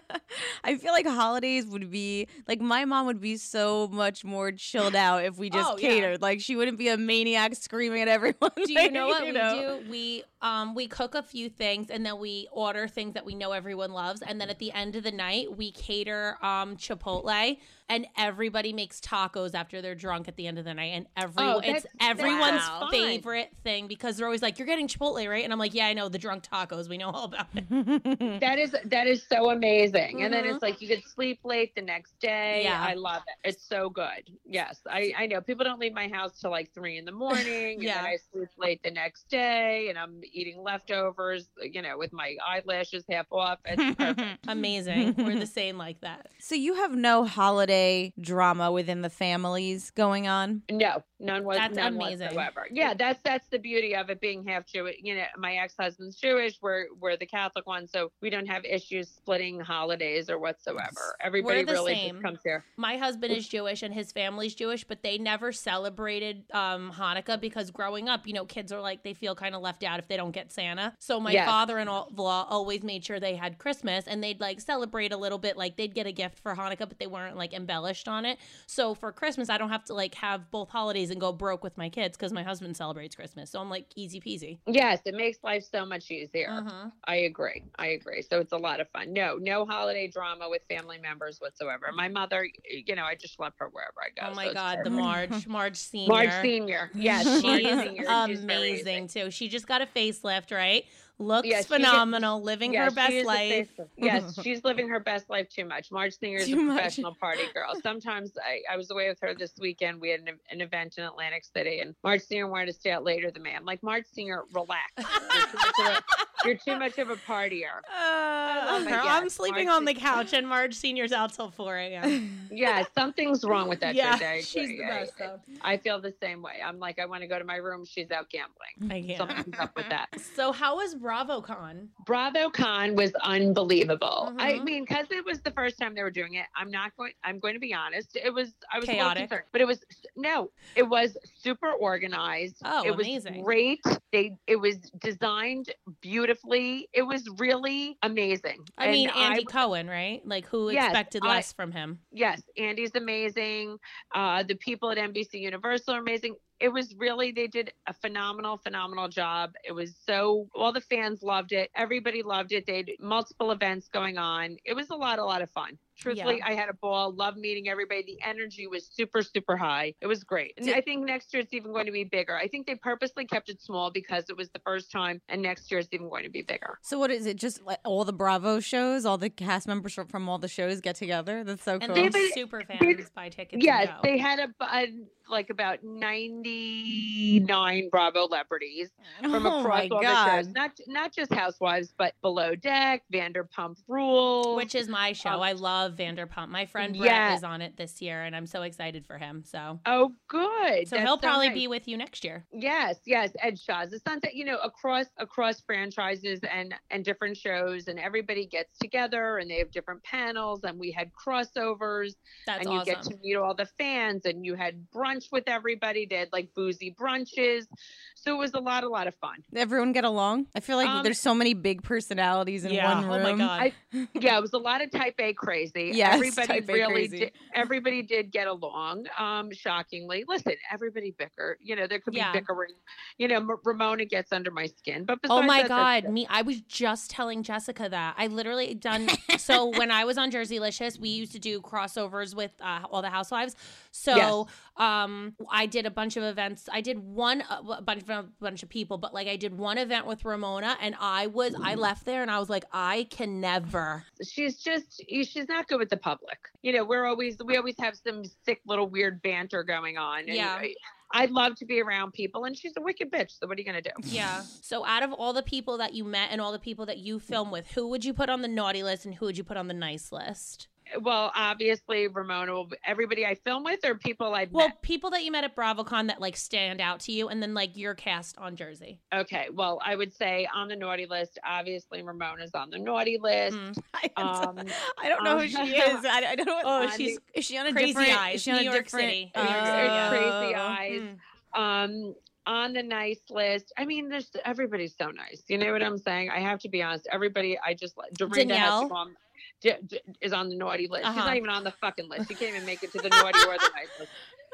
I feel like holidays would be like my mom would be so much more chilled out if we just Oh, yeah. catered. Like she wouldn't be a maniac screaming at everyone. [LAUGHS] do you know what we do? We um we cook a few things and then we order things that we know everyone loves and then at the end of the night we cater um Chipotle and everybody makes tacos after they're drunk at the end of the night and every Oh, it's that's- everyone's that's fun. favorite thing because they're always like you're getting Chipotle right and I'm like yeah I know the drunk tacos we know all about [LAUGHS] it. That is that is so amazing. And then Mhm. it's like you could sleep late the next day. Yeah. I love it. It's so good. Yes, I I know people don't leave my house till like three in the morning. morning. Yeah. And then I sleep late the next day and I'm eating leftovers, you know, with my eyelashes half off. [LAUGHS] It's perfect. Amazing. We're the same like that. So you have no holiday drama within the families going on? No, none was That's none amazing. whatsoever. Yeah, that's that's the beauty of it being half Jewish. You know, my ex husband's Jewish. We're we're the Catholic one, so we don't have issues splitting holidays or whatsoever. Everybody the really same. just comes here. My husband is Jewish and his family's Jewish, but they never celebrated um, Hanukkah because growing up, you know, kids are like they feel kind of left out if they don't get Santa. So my Yes. father and all law always made sure they had Christmas and they'd like celebrate a little bit, like they'd get a gift for Hanukkah, but they weren't like embellished on it. So for Christmas, I don't have to like have both holidays and go broke with my kids because my husband celebrates Christmas. So I'm like easy peasy. Yes, it makes life so much easier. Mhm. I agree. I agree. So it's a lot of fun. No, no holiday drama with family members whatsoever. My mother, you know, I just love her wherever I go. Oh so my it's God, the Marge, perfect. Marge Senior. [LAUGHS] Marge Senior. [LAUGHS] Yes, [LAUGHS] Marge She's Senior. She's very easy. amazing too. She just got a facelift, right? Looks Yeah, she did- phenomenal, living Yeah, her she best is a life. faithful- [LAUGHS] yes, she's living her best life too much. Marge Singer is a Too much. professional party girl. Sometimes I, I was away with her this weekend. We had an, an event in Atlantic City, and Marge Singer wanted to stay out later than me. I'm like, Marge Singer, relax. You're too much of a, you're too much of a partier. love Uh, it, I'm yes. sleeping Marge on the [LAUGHS] is- couch, and Marge Senior's out till 4 a.m. Yeah, something's wrong with [LAUGHS] that. yeah, chick. I she's the agree. I- best though. I feel the same way. I'm like, I want to go to my room. She's out gambling. I can't. Something's [LAUGHS] up with that. So how was BravoCon? BravoCon was unbelievable. I Mhm. mean, because it was the first time they were doing it. I'm not going. I'm going to be honest. It was. I was a little Chaotic. concerned, but it was no. It was super organized. Oh, it was amazing. Great. They. It was designed beautifully. It was really amazing. I And mean, Andy Cohen, right? Like who Yes, expected I- less from him? yes, Andy's amazing. Uh, the people at NBC Universal are amazing. It was really, they did a phenomenal, phenomenal job. It was so, all the fans loved it. Everybody loved it. They had multiple events going on. It was a lot, a lot of fun. Truthfully, I had a ball. Loved meeting everybody. The energy was super, super high. It was great. And I think next year it's even going to be bigger. I think they purposely kept it small because it was the first time, and next year it's even going to be bigger. So what is it? Just like all the Bravo shows, all the cast members from- from all the shows get together. That's so And cool. then David- super David- fans buy tickets. and Yes, go. they had a, bu- like about 99 Bravo celebrities from oh across my all the god! shows. Not not just Housewives, but Below Deck, Vanderpump Rules. which is my show. Um, I love Vanderpump. My friend Brett yeah. is on it this year, and I'm so excited for him. So, oh good. so That's he'll probably nice. be with you next year. Yes, yes, Ed Shaw's The Sunset, you know, across across franchises and and different shows and everybody gets together and they have different panels and we had crossovers That's and you awesome. get to meet all the fans and you had brunch with everybody. They had like boozy brunches. So it was a lot a lot of [LAUGHS] fun. Everyone get along. I feel like Um, there's so many big personalities in one room. Oh my god. I- yeah, it was a lot of type A crazy. Yes, everybody type A really crazy. did. Everybody did get along. Um, shockingly, listen, everybody bicker. You know, there could be Yeah. bickering. You know, M- Ramona gets under my skin, but Oh besides my that, that's god, me! I was just telling Jessica that I literally [LAUGHS] done. so when I was on Jersey Licious, we used to do crossovers with uh, all the housewives. So Yes. um, I did a bunch of events. I did one uh, a bunch of a bunch of people, but like I did one event with Ramona, and I was I Mm-hmm. left there and I was like, I can never. it. she's just she's not good with the public. You know, we're always we always have some sick little weird banter going on. and Yeah. I- I'd love to be around people, and she's a wicked bitch. So what are you gonna do? Yeah. So out of all the people that you met and all the people that you film with, who would you put on the naughty list and who would you put on the nice list? Well, obviously Ramona will. be- Everybody I film with are people I've Well, met. people that you met at BravoCon that like stand out to you, and then like your cast on Jersey. Okay, well, I would say on the naughty list, obviously Ramona's on the naughty list. Mm. [LAUGHS] I, Um, I don't know who um, she [LAUGHS] is. I, I don't know. What, Oh, I she's think- is she on a Crazy different? Eyes, Is she on New a York different? uh, City. New York City, Crazy Oh. Eyes. Mm. um, on the nice list, I mean, there's everybody's so nice. You know what I'm saying? I have to be honest. Everybody, I just like Dorinda has Danielle? to go on, D- D- is on the naughty list. She's Uh-huh. not even on the fucking list. She can't even make it to the naughty or the [LAUGHS] nice list.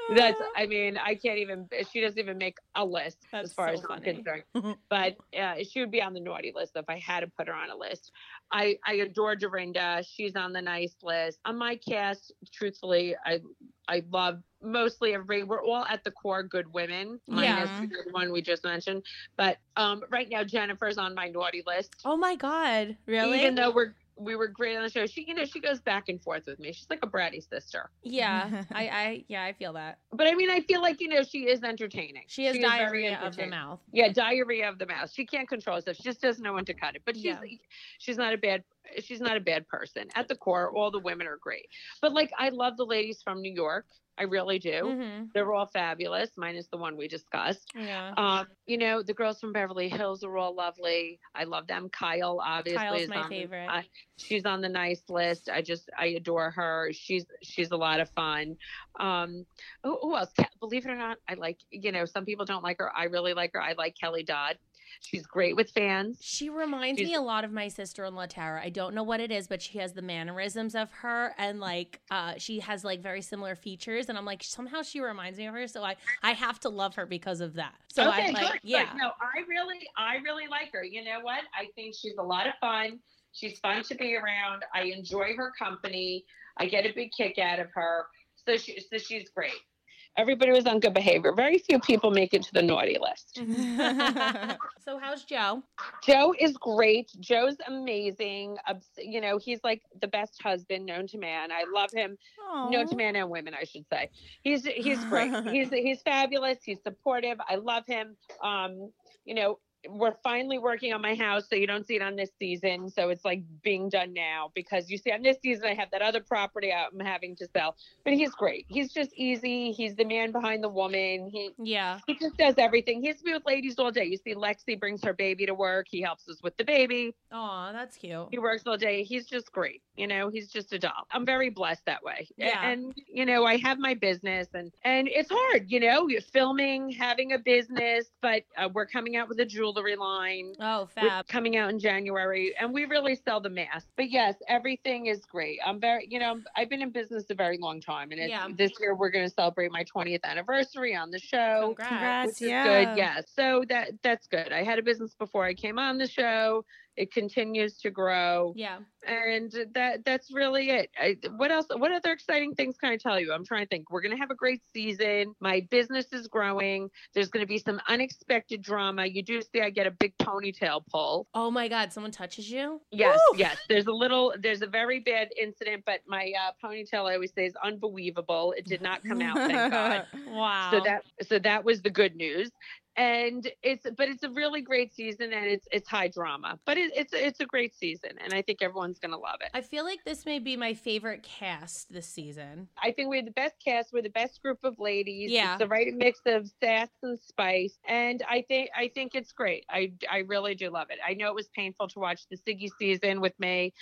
Hmm. That's, I mean, I can't even, she doesn't even make a list That's as far so as funny. I'm concerned. [LAUGHS] But uh, she would be on the naughty list if I had to put her on a list. I, I adore Dorinda. She's on the nice list. On my cast, truthfully, I I love mostly everybody. We're all at the core good women. Minus Yeah. the one we just mentioned. But um, right now, Jennifer's on my naughty list. Oh my God. Really? Even though we're we were great on the show. She, you know, she goes back and forth with me. She's like a bratty sister. [LAUGHS] Yeah, I, I, yeah, I feel that. But I mean, I feel like you know, she is entertaining. She has is very diarrhea of the entertaining. mouth. Yeah, diarrhea of the mouth. She can't control herself. She just doesn't know when to cut it. But she's she's not a bad she's not a bad person. At the core, all the women are great. But like I love the ladies from New York. I really do. hmm Mm-hmm. They're all fabulous, minus the one we discussed. Yeah. Um, you know, the girls from Beverly Hills are all lovely. I love them. Kyle obviously Kyle's is my on the- favorite. I- she's on the nice list. I just I adore her. She's she's a lot of fun. Um, who, who else? Ke- Believe it or not, I like you know some people don't like her. I really like her. I like Kelly Dodd. She's great with fans. She reminds She's- me a lot of my sister-in-law Tara. I don't know what it is, but she has the mannerisms of her, and like uh, she has like very similar features. And I'm like, somehow she reminds me of her, so I I have to love her because of that. So I good, like, good. yeah, No, I really I really like her. You know what? I think she's a lot of fun. She's fun to be around. I enjoy her company. I get a big kick out of her. So she so she's great. Everybody was on good behavior. Very few people make it to the naughty list. Mm-hmm. [LAUGHS] so how's Joe? Joe is great. Joe's amazing. Obs- You know, he's like the best husband known to man. I love him. Known Oh, to man and women, I should say. He's he's great. he's he's fabulous. He's supportive. I love him. Um, you know, we're finally working on my house, so you don't see it on this season. So it's like being done now because you see on this season I have that other property I'm having to sell. But he's great. He's just easy. He's the man behind the woman. He Yeah, he just does everything. He's been with ladies all day. You see, Lexi brings her baby to work. He helps us with the baby. oh, that's cute. He works all day. He's just great. You know, he's just a doll. I'm very blessed that way. A- Yeah. And you know, I have my business, and and it's hard. You know, you're filming, having a business, but uh, we're coming out with a jewelry line. Oh, We're fab. coming out in January, and we really sell the mask. But yes, everything is great. I'm very, you know, I've been in business a very long time, and it's, Yeah. this year we're going to celebrate my 20th anniversary on the show Congrats. which Congrats. is yeah. good. Yeah. So that that's good. I had a business before I came on the show. It continues to grow, Yeah. and that that's really it. I, what else? What other exciting things can I tell you? I'm trying to think. We're gonna have a great season. My business is growing. There's gonna be some unexpected drama. You do see I get a big ponytail pull. Oh my God, someone touches you. Yes, yes. There's a little. There's a very bad incident, but my uh, ponytail I always say is unbelievable. It did not come out. Thank God [LAUGHS] Wow. so that so that was the good news and it's but it's a really great season and it's it's high drama but it, it's it's a great season and i think everyone's gonna love it I feel like this may be my favorite cast this season. i think we had the best cast we're the best group of ladies Yeah. it's the right mix of sass and spice and i think i think it's great i i really do love it i know it was painful to watch the siggy season with me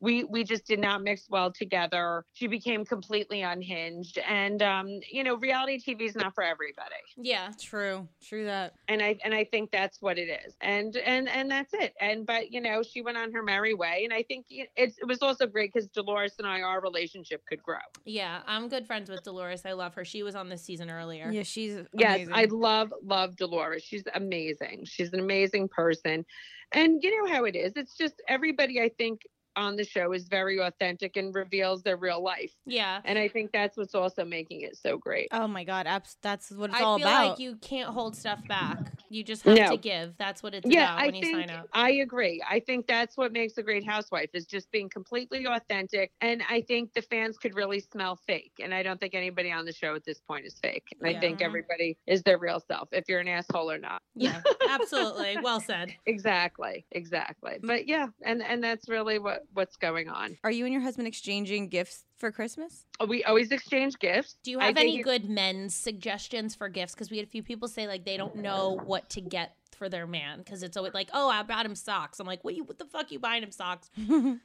we we just did not mix well together she became completely unhinged and um you know reality tv is not for everybody Yeah. True. True that. and I and I think that's what it is, and and and that's it. And but you know, she went on her merry way, and I think it, it's- it was also great because Dolores and I, our relationship could grow. Yeah. I'm good friends with Dolores. I love her. She was on this season earlier. Yeah, she's amazing. Yes, I love love Dolores. She's amazing. She's an amazing person, and you know how it is. It's just everybody I think on the show is very authentic and reveals their real life, Yeah. and I think that's what's also making it so great. Oh my god, abs- that's what it's I all feel about. like you can't hold stuff back. You just have No. to give. That's what it's yeah, about I when you think sign up. I agree. I think that's what makes a great housewife is just being completely authentic. And I think the fans could really smell fake. And I don't think anybody on the show at this point is fake. And I Yeah. think everybody is their real self, if you're an asshole or not. Yeah, absolutely. Well said. Exactly. Exactly. But yeah, and and that's really what what's going on. Are you and your husband exchanging gifts for [LAUGHS] Christmas? We always exchange gifts. Do you I have think any it- good men's suggestions for gifts? Because we had a few people say like they don't know what to get for their man because it's always like, oh, I bought him socks. I'm like, what? You, what the fuck? You buying him socks?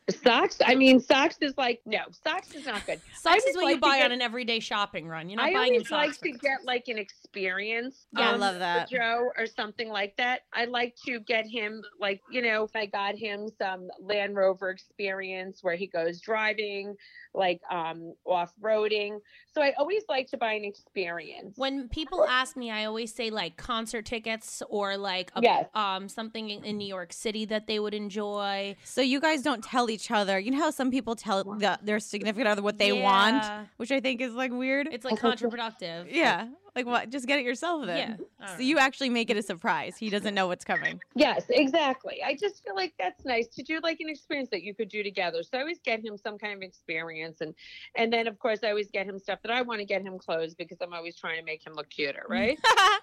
Socks. I mean, socks is like no, socks is not good. Socks is always what you like to buy get- on an everyday shopping run. You're not I buying him always socks. like for to get like an experience. Yeah, I um, love that. for Joe or something like that. I like to get him like you know if I got him some Land Rover experience where he goes driving, like um off roading. So I always like to buy an experience. When [LAUGHS] people ask me, I always say like concert tickets or like a, Yes. um something in in New York City that they would enjoy. So you guys don't tell each other. You know how some people tell the, their significant other what they want, Yeah. which I think is like weird. [LAUGHS] It's like contraproductive. yeah. Like what? Just get it yourself then. Yeah. So you actually make it a surprise. He doesn't know what's coming. Yes, exactly. I just feel like that's nice to do like an experience that you could do together. So I always get him some kind of experience and and then of course I always get him stuff that I want to get him clothes because I'm always trying to make him look cuter, Mm. [LAUGHS] right?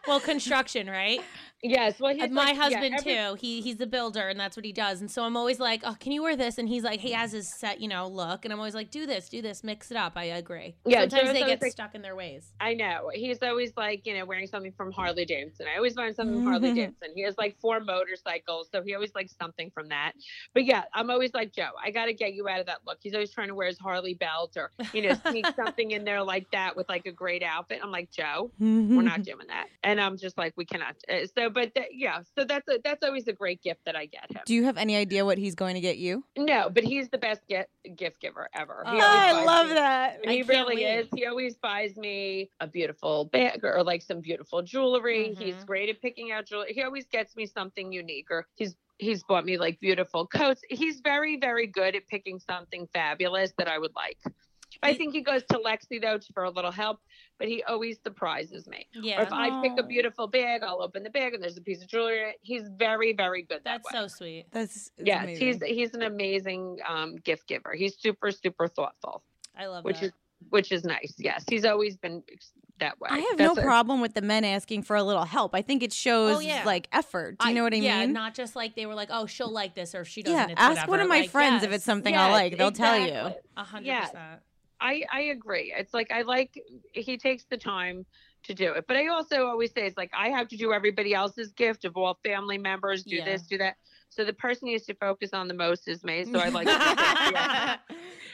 well, construction, right? yes. Well, he's And my like- yeah, husband every- too. He he's a builder, and that's what he does. And so I'm always like, "Oh, can you wear this?" And he's like, he has his set, you know, look. And I'm always like, "Do this, do this, mix it up." I agree. Yeah, Sometimes Joe's they always get like- stuck in their ways. I know. He's always like, you know, wearing something from Harley Davidson. I always find something from [LAUGHS] Harley Davidson. He has like four motorcycles, so he always likes something from that. But yeah, I'm always like, Joe, I got to get you out of that look. He's always trying to wear his Harley belt or, you know, [LAUGHS] sneak something in there like that with like a great outfit. I'm like, Joe, [LAUGHS] we're not doing that. And I'm just like, we cannot. Uh, So, but that, yeah, so that's a, that's always a great gift that I get him. [LAUGHS] Do you have any idea what he's going to get you? No, but he's the best get, gift giver ever. He Oh, always I buys love me- that. I he can't really wait. is. He always buys me a beautiful bag or like some beautiful jewelry. He's Mhm. great at picking out jewelry. He always gets me something unique or he's he's bought me like beautiful coats. He's very very good at picking something fabulous that I would like. I He- think he goes to Lexi though for a little help, but he always surprises me. Or Yeah, if I pick a Oh. beautiful bag, I'll open the bag and there's a piece of jewelry. in it. He's very very good that that's way. so sweet. That's it's Yes, amazing. he's he's an amazing um, gift giver. He's super super thoughtful I love which that. is which is nice. Yes, he's always been that way. I have That's no a- Oh, problem with the men asking for a little help. I think it shows yeah. like effort. Do you know what I Yeah, mean? not just like they were like, "Oh, she'll like this," or "She doesn't." yeah. it's Ask one whatever." of my Like, friends if yes, it's something Yes, I'll like. They'll tell you. exactly. a hundred Yes. percent. I I agree. It's like I like he takes the time to do it, but I also always say it's like I have to do everybody else's gift of all family members. Do Yeah. this, do that. So the person he has to focus on the most is me. So I [LAUGHS] like. to focus- yes.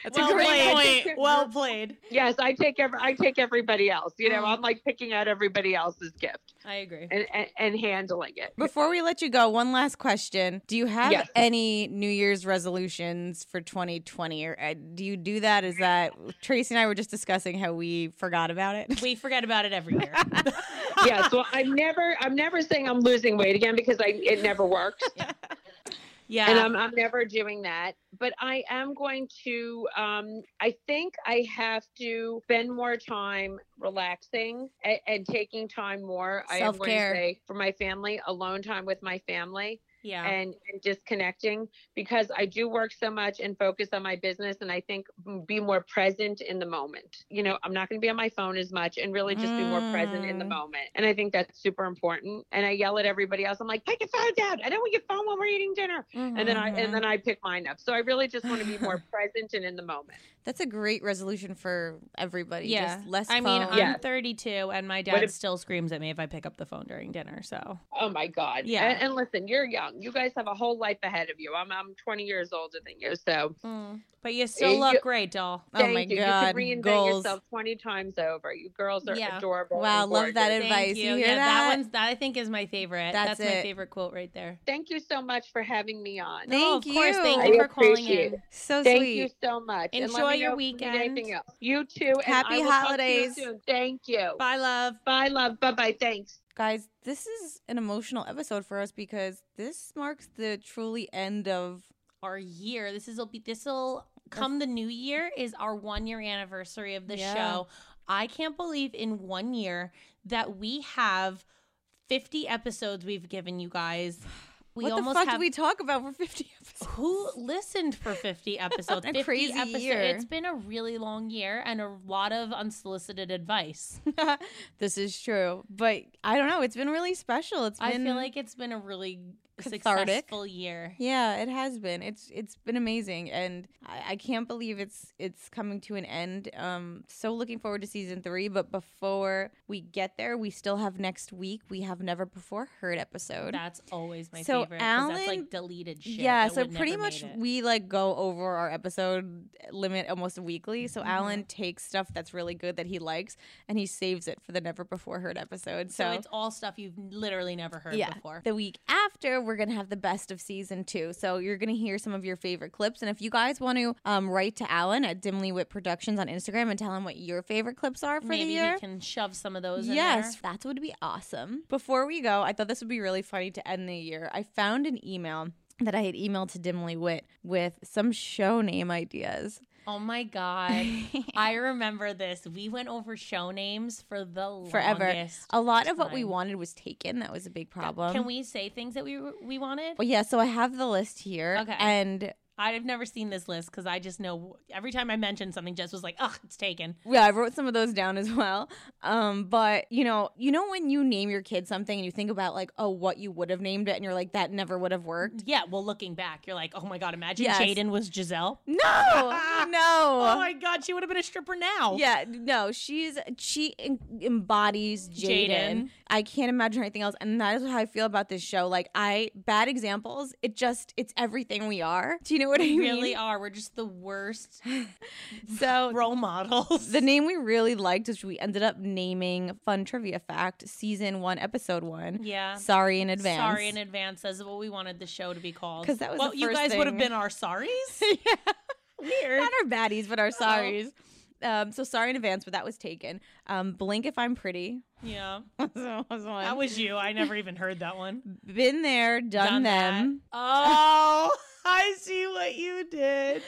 That's Well a great played. point. Well played. Yes, I take every I take everybody else. You Oh. know, Mm. I'm like picking out everybody else's gift I agree. and and, and handling it. Before we let you go, one last question. Do you have Yes. any New Year's resolutions for 2020? Or uh, do you do that? Is that Tracy and I were just discussing how we forgot about it? We forget about it every [LAUGHS] year. yes, well, I'm never I'm never saying I'm losing weight again because I it never worked. Yeah. and I'm, I'm never doing that but i am going to um, i think i have to spend more time relaxing and, and taking time more i am going to Self-care. say for my family alone time with my family yeah. and, and disconnecting because i do work so much and focus on my business and i think m- be more present in the moment you know i'm not going to be on my phone as much and really just be more present in the Mm. moment and i think that's super important and i yell at everybody else i'm like put your phone down i don't want your phone while we're eating dinner and then I Mm-hmm. and then I pick mine up. So I really just want to be [LAUGHS] more present and in the moment. That's a great resolution for everybody. Yeah. Just less I mean, phone. I'm Yeah. 32 and my What dad if- still screams at me if I pick up the phone during dinner. So, Oh my God! Yeah. And, and listen, you're young. You guys have a whole life ahead of you. I'm I'm 20 years older than you, so but you still you- look great, doll. Oh thank my you. God, you can reinvent goals. yourself 20 times over. You girls are Yeah. adorable. Wow, and love that gorgeous. advice. Thank You hear yeah, that? one's that I think is my favorite. That's That's, my it. favorite quote right there. Thank you so much for having me on. Thank no, of course. Thank you. you I for calling appreciate in. it. so Thank sweet. you so much. And let Enjoy me your know if you need weekend. anything else. You too. and I Happy will talk to you holidays. soon. Thank you. Bye, Bye. love. Bye, love. Bye, bye. Thanks. Guys, this is an emotional episode for us because this marks the truly end of Our year. This is will be this will come the new year is our 1 year anniversary of the Yeah. show. I can't believe in 1 year that we have 50 episodes we've given you guys. We what the almost fuck have did we talk about for 50 episodes? who listened for [LAUGHS] 50 episodes A 50 crazy episo- year. it's been a really long year and a lot of unsolicited advice [LAUGHS] this is true, but I don't know. It's been really special. It's i been feel like it's been a really cathartic. successful year yeah, it has been. It's it's been amazing, and I, I can't believe it's it's coming to an end. Um, so looking forward to season three. But before we get there, we still have next week. We have never before heard episode. that's always my So favorite 'cause that's Alan- like deleted shit yeah, that so would pretty never much made it. we like go over our episode limit almost weekly. Mm-hmm. So Alan takes stuff that's really good that he likes, and he saves it for the never before heard episode. so it's all stuff you've literally never heard before The week after, we're going to have the best of season two. So you're going to hear some of your favorite clips. And if you guys want to um, write to Alan at Dimly Wit Productions on Instagram and tell him what your favorite clips are for maybe the year. he can shove some of those Yes, in that would be awesome. Before we go, I thought this would be really funny to end the year. I found an email that I had emailed to Dimly Wit with some show name ideas. Oh my god. [LAUGHS] [LAUGHS] I remember this. We went over show names for the Forever. longest a lot of what we time. wanted was taken. That was a big problem. Can we say things that we were- we wanted? Well, yeah, so I have the list here. Okay. And I've never seen this list because I just know every time I mentioned something, Jess was like, "Ugh, it's taken." yeah, I wrote some of those down as well. Um, but you know, you know when you name your kid something and you think about like, oh, what you would have named it, and you're like, that never would have worked. Yeah. Well, looking back, you're like, "Oh my god, imagine Yes. Jaden was Giselle." [LAUGHS] No, no. Oh my god, she would have been a stripper now. Yeah, no, she's she en- embodies Jaden. Jaden. I can't imagine anything else, and that is how I feel about this show. Like, I bad examples. It just it's everything we are. Do you know what I We mean? really are. We're just the [GASPS] worst So role models. the name we really liked, which we ended up naming Fun Trivia Fact, season one, episode one. yeah. Sorry in advance. Sorry in advance is what we wanted the show to be called. 'Cause that was well, the you first guys would have thing. been our sorries. [LAUGHS] yeah. Weird. Not our [LAUGHS] baddies, but our Uh-huh. sorries. Um, so sorry in advance, but that was taken. Um, Blink if I'm pretty. [LAUGHS] yeah, was one. that was you. I never even heard that [LAUGHS] one. Been there, done, them. that. Oh, [LAUGHS] I see what you did.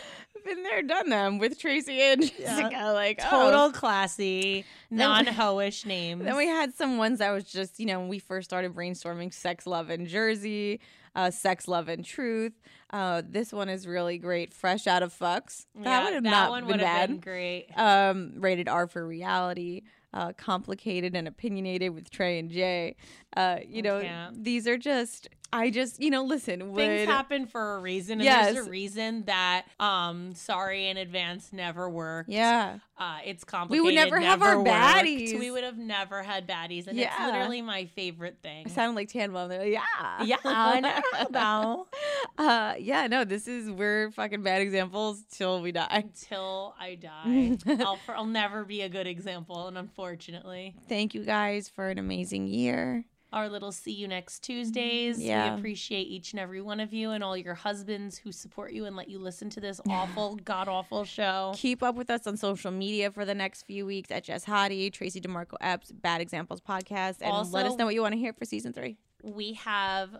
Been there, done them with Tracy and Jessica. Like oh. Total classy, non hoish names. Then we had some ones that was just you know when we first started brainstorming sex, love, and Jersey, uh, sex, love, and truth. Uh, this one is really great. Fresh out of fucks. That Yeah, would have that not one been would have been bad. great. um, rated R for reality, uh, complicated and opinionated with Trey and Jay. Uh, you know, Yeah. these are just, I just, you know, listen, would, Things happen for a reason. And Yes. there's a reason that um sorry in advance never worked. yeah, Uh, it's We complicated. would never have our worked. baddies. We would have never had baddies. And Yeah. it's literally my favorite thing. I sounded like Tan Mom. They're like, yeah, [LAUGHS] yeah, I never know. uh, yeah, no, this is we're fucking bad examples till we die. Until I [LAUGHS] die, I'll, for, I'll never be a good example. And unfortunately, Thank you guys for an amazing year. our little see you next Tuesdays. Yeah. We appreciate each and every one of you and all your husbands who support you and let you listen to this awful, god awful show. Keep up with us on social media for the next few weeks at Jess Hottie, Tracy DeMarco Epps, Bad Examples Podcast, and let us Also- know what you want to hear for season three. we have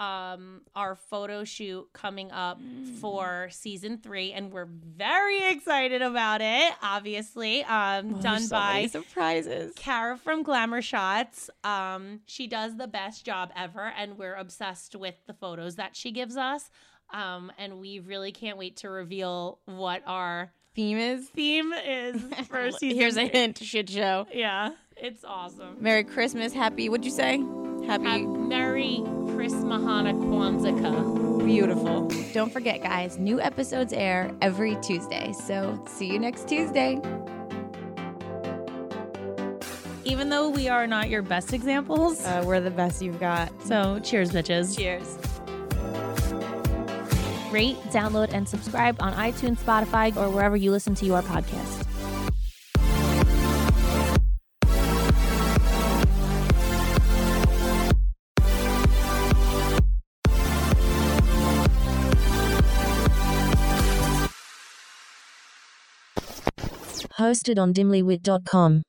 um our photo shoot coming up for season three and we're very excited about it obviously um done by surprises. Kara from Glamour Shots. Um, she does the best job ever, and we're obsessed with the photos that she gives us. Um, and we really can't wait to reveal what our Theme [LAUGHS] is theme is for season. Here's a three. hint. Shit show. Yeah, it's awesome. Merry Christmas. Happy. What'd you say? Happy. Have Merry Christmas, Hana Kwanzaa. Beautiful. [LAUGHS] Don't forget, guys. New episodes air every Tuesday. So see you next Tuesday. even though we are not your best examples. Uh, we're the best you've got. so, cheers, bitches. Cheers. Rate, download, and subscribe on iTunes, Spotify, or wherever you listen to your podcast. hosted on dimlywit.com.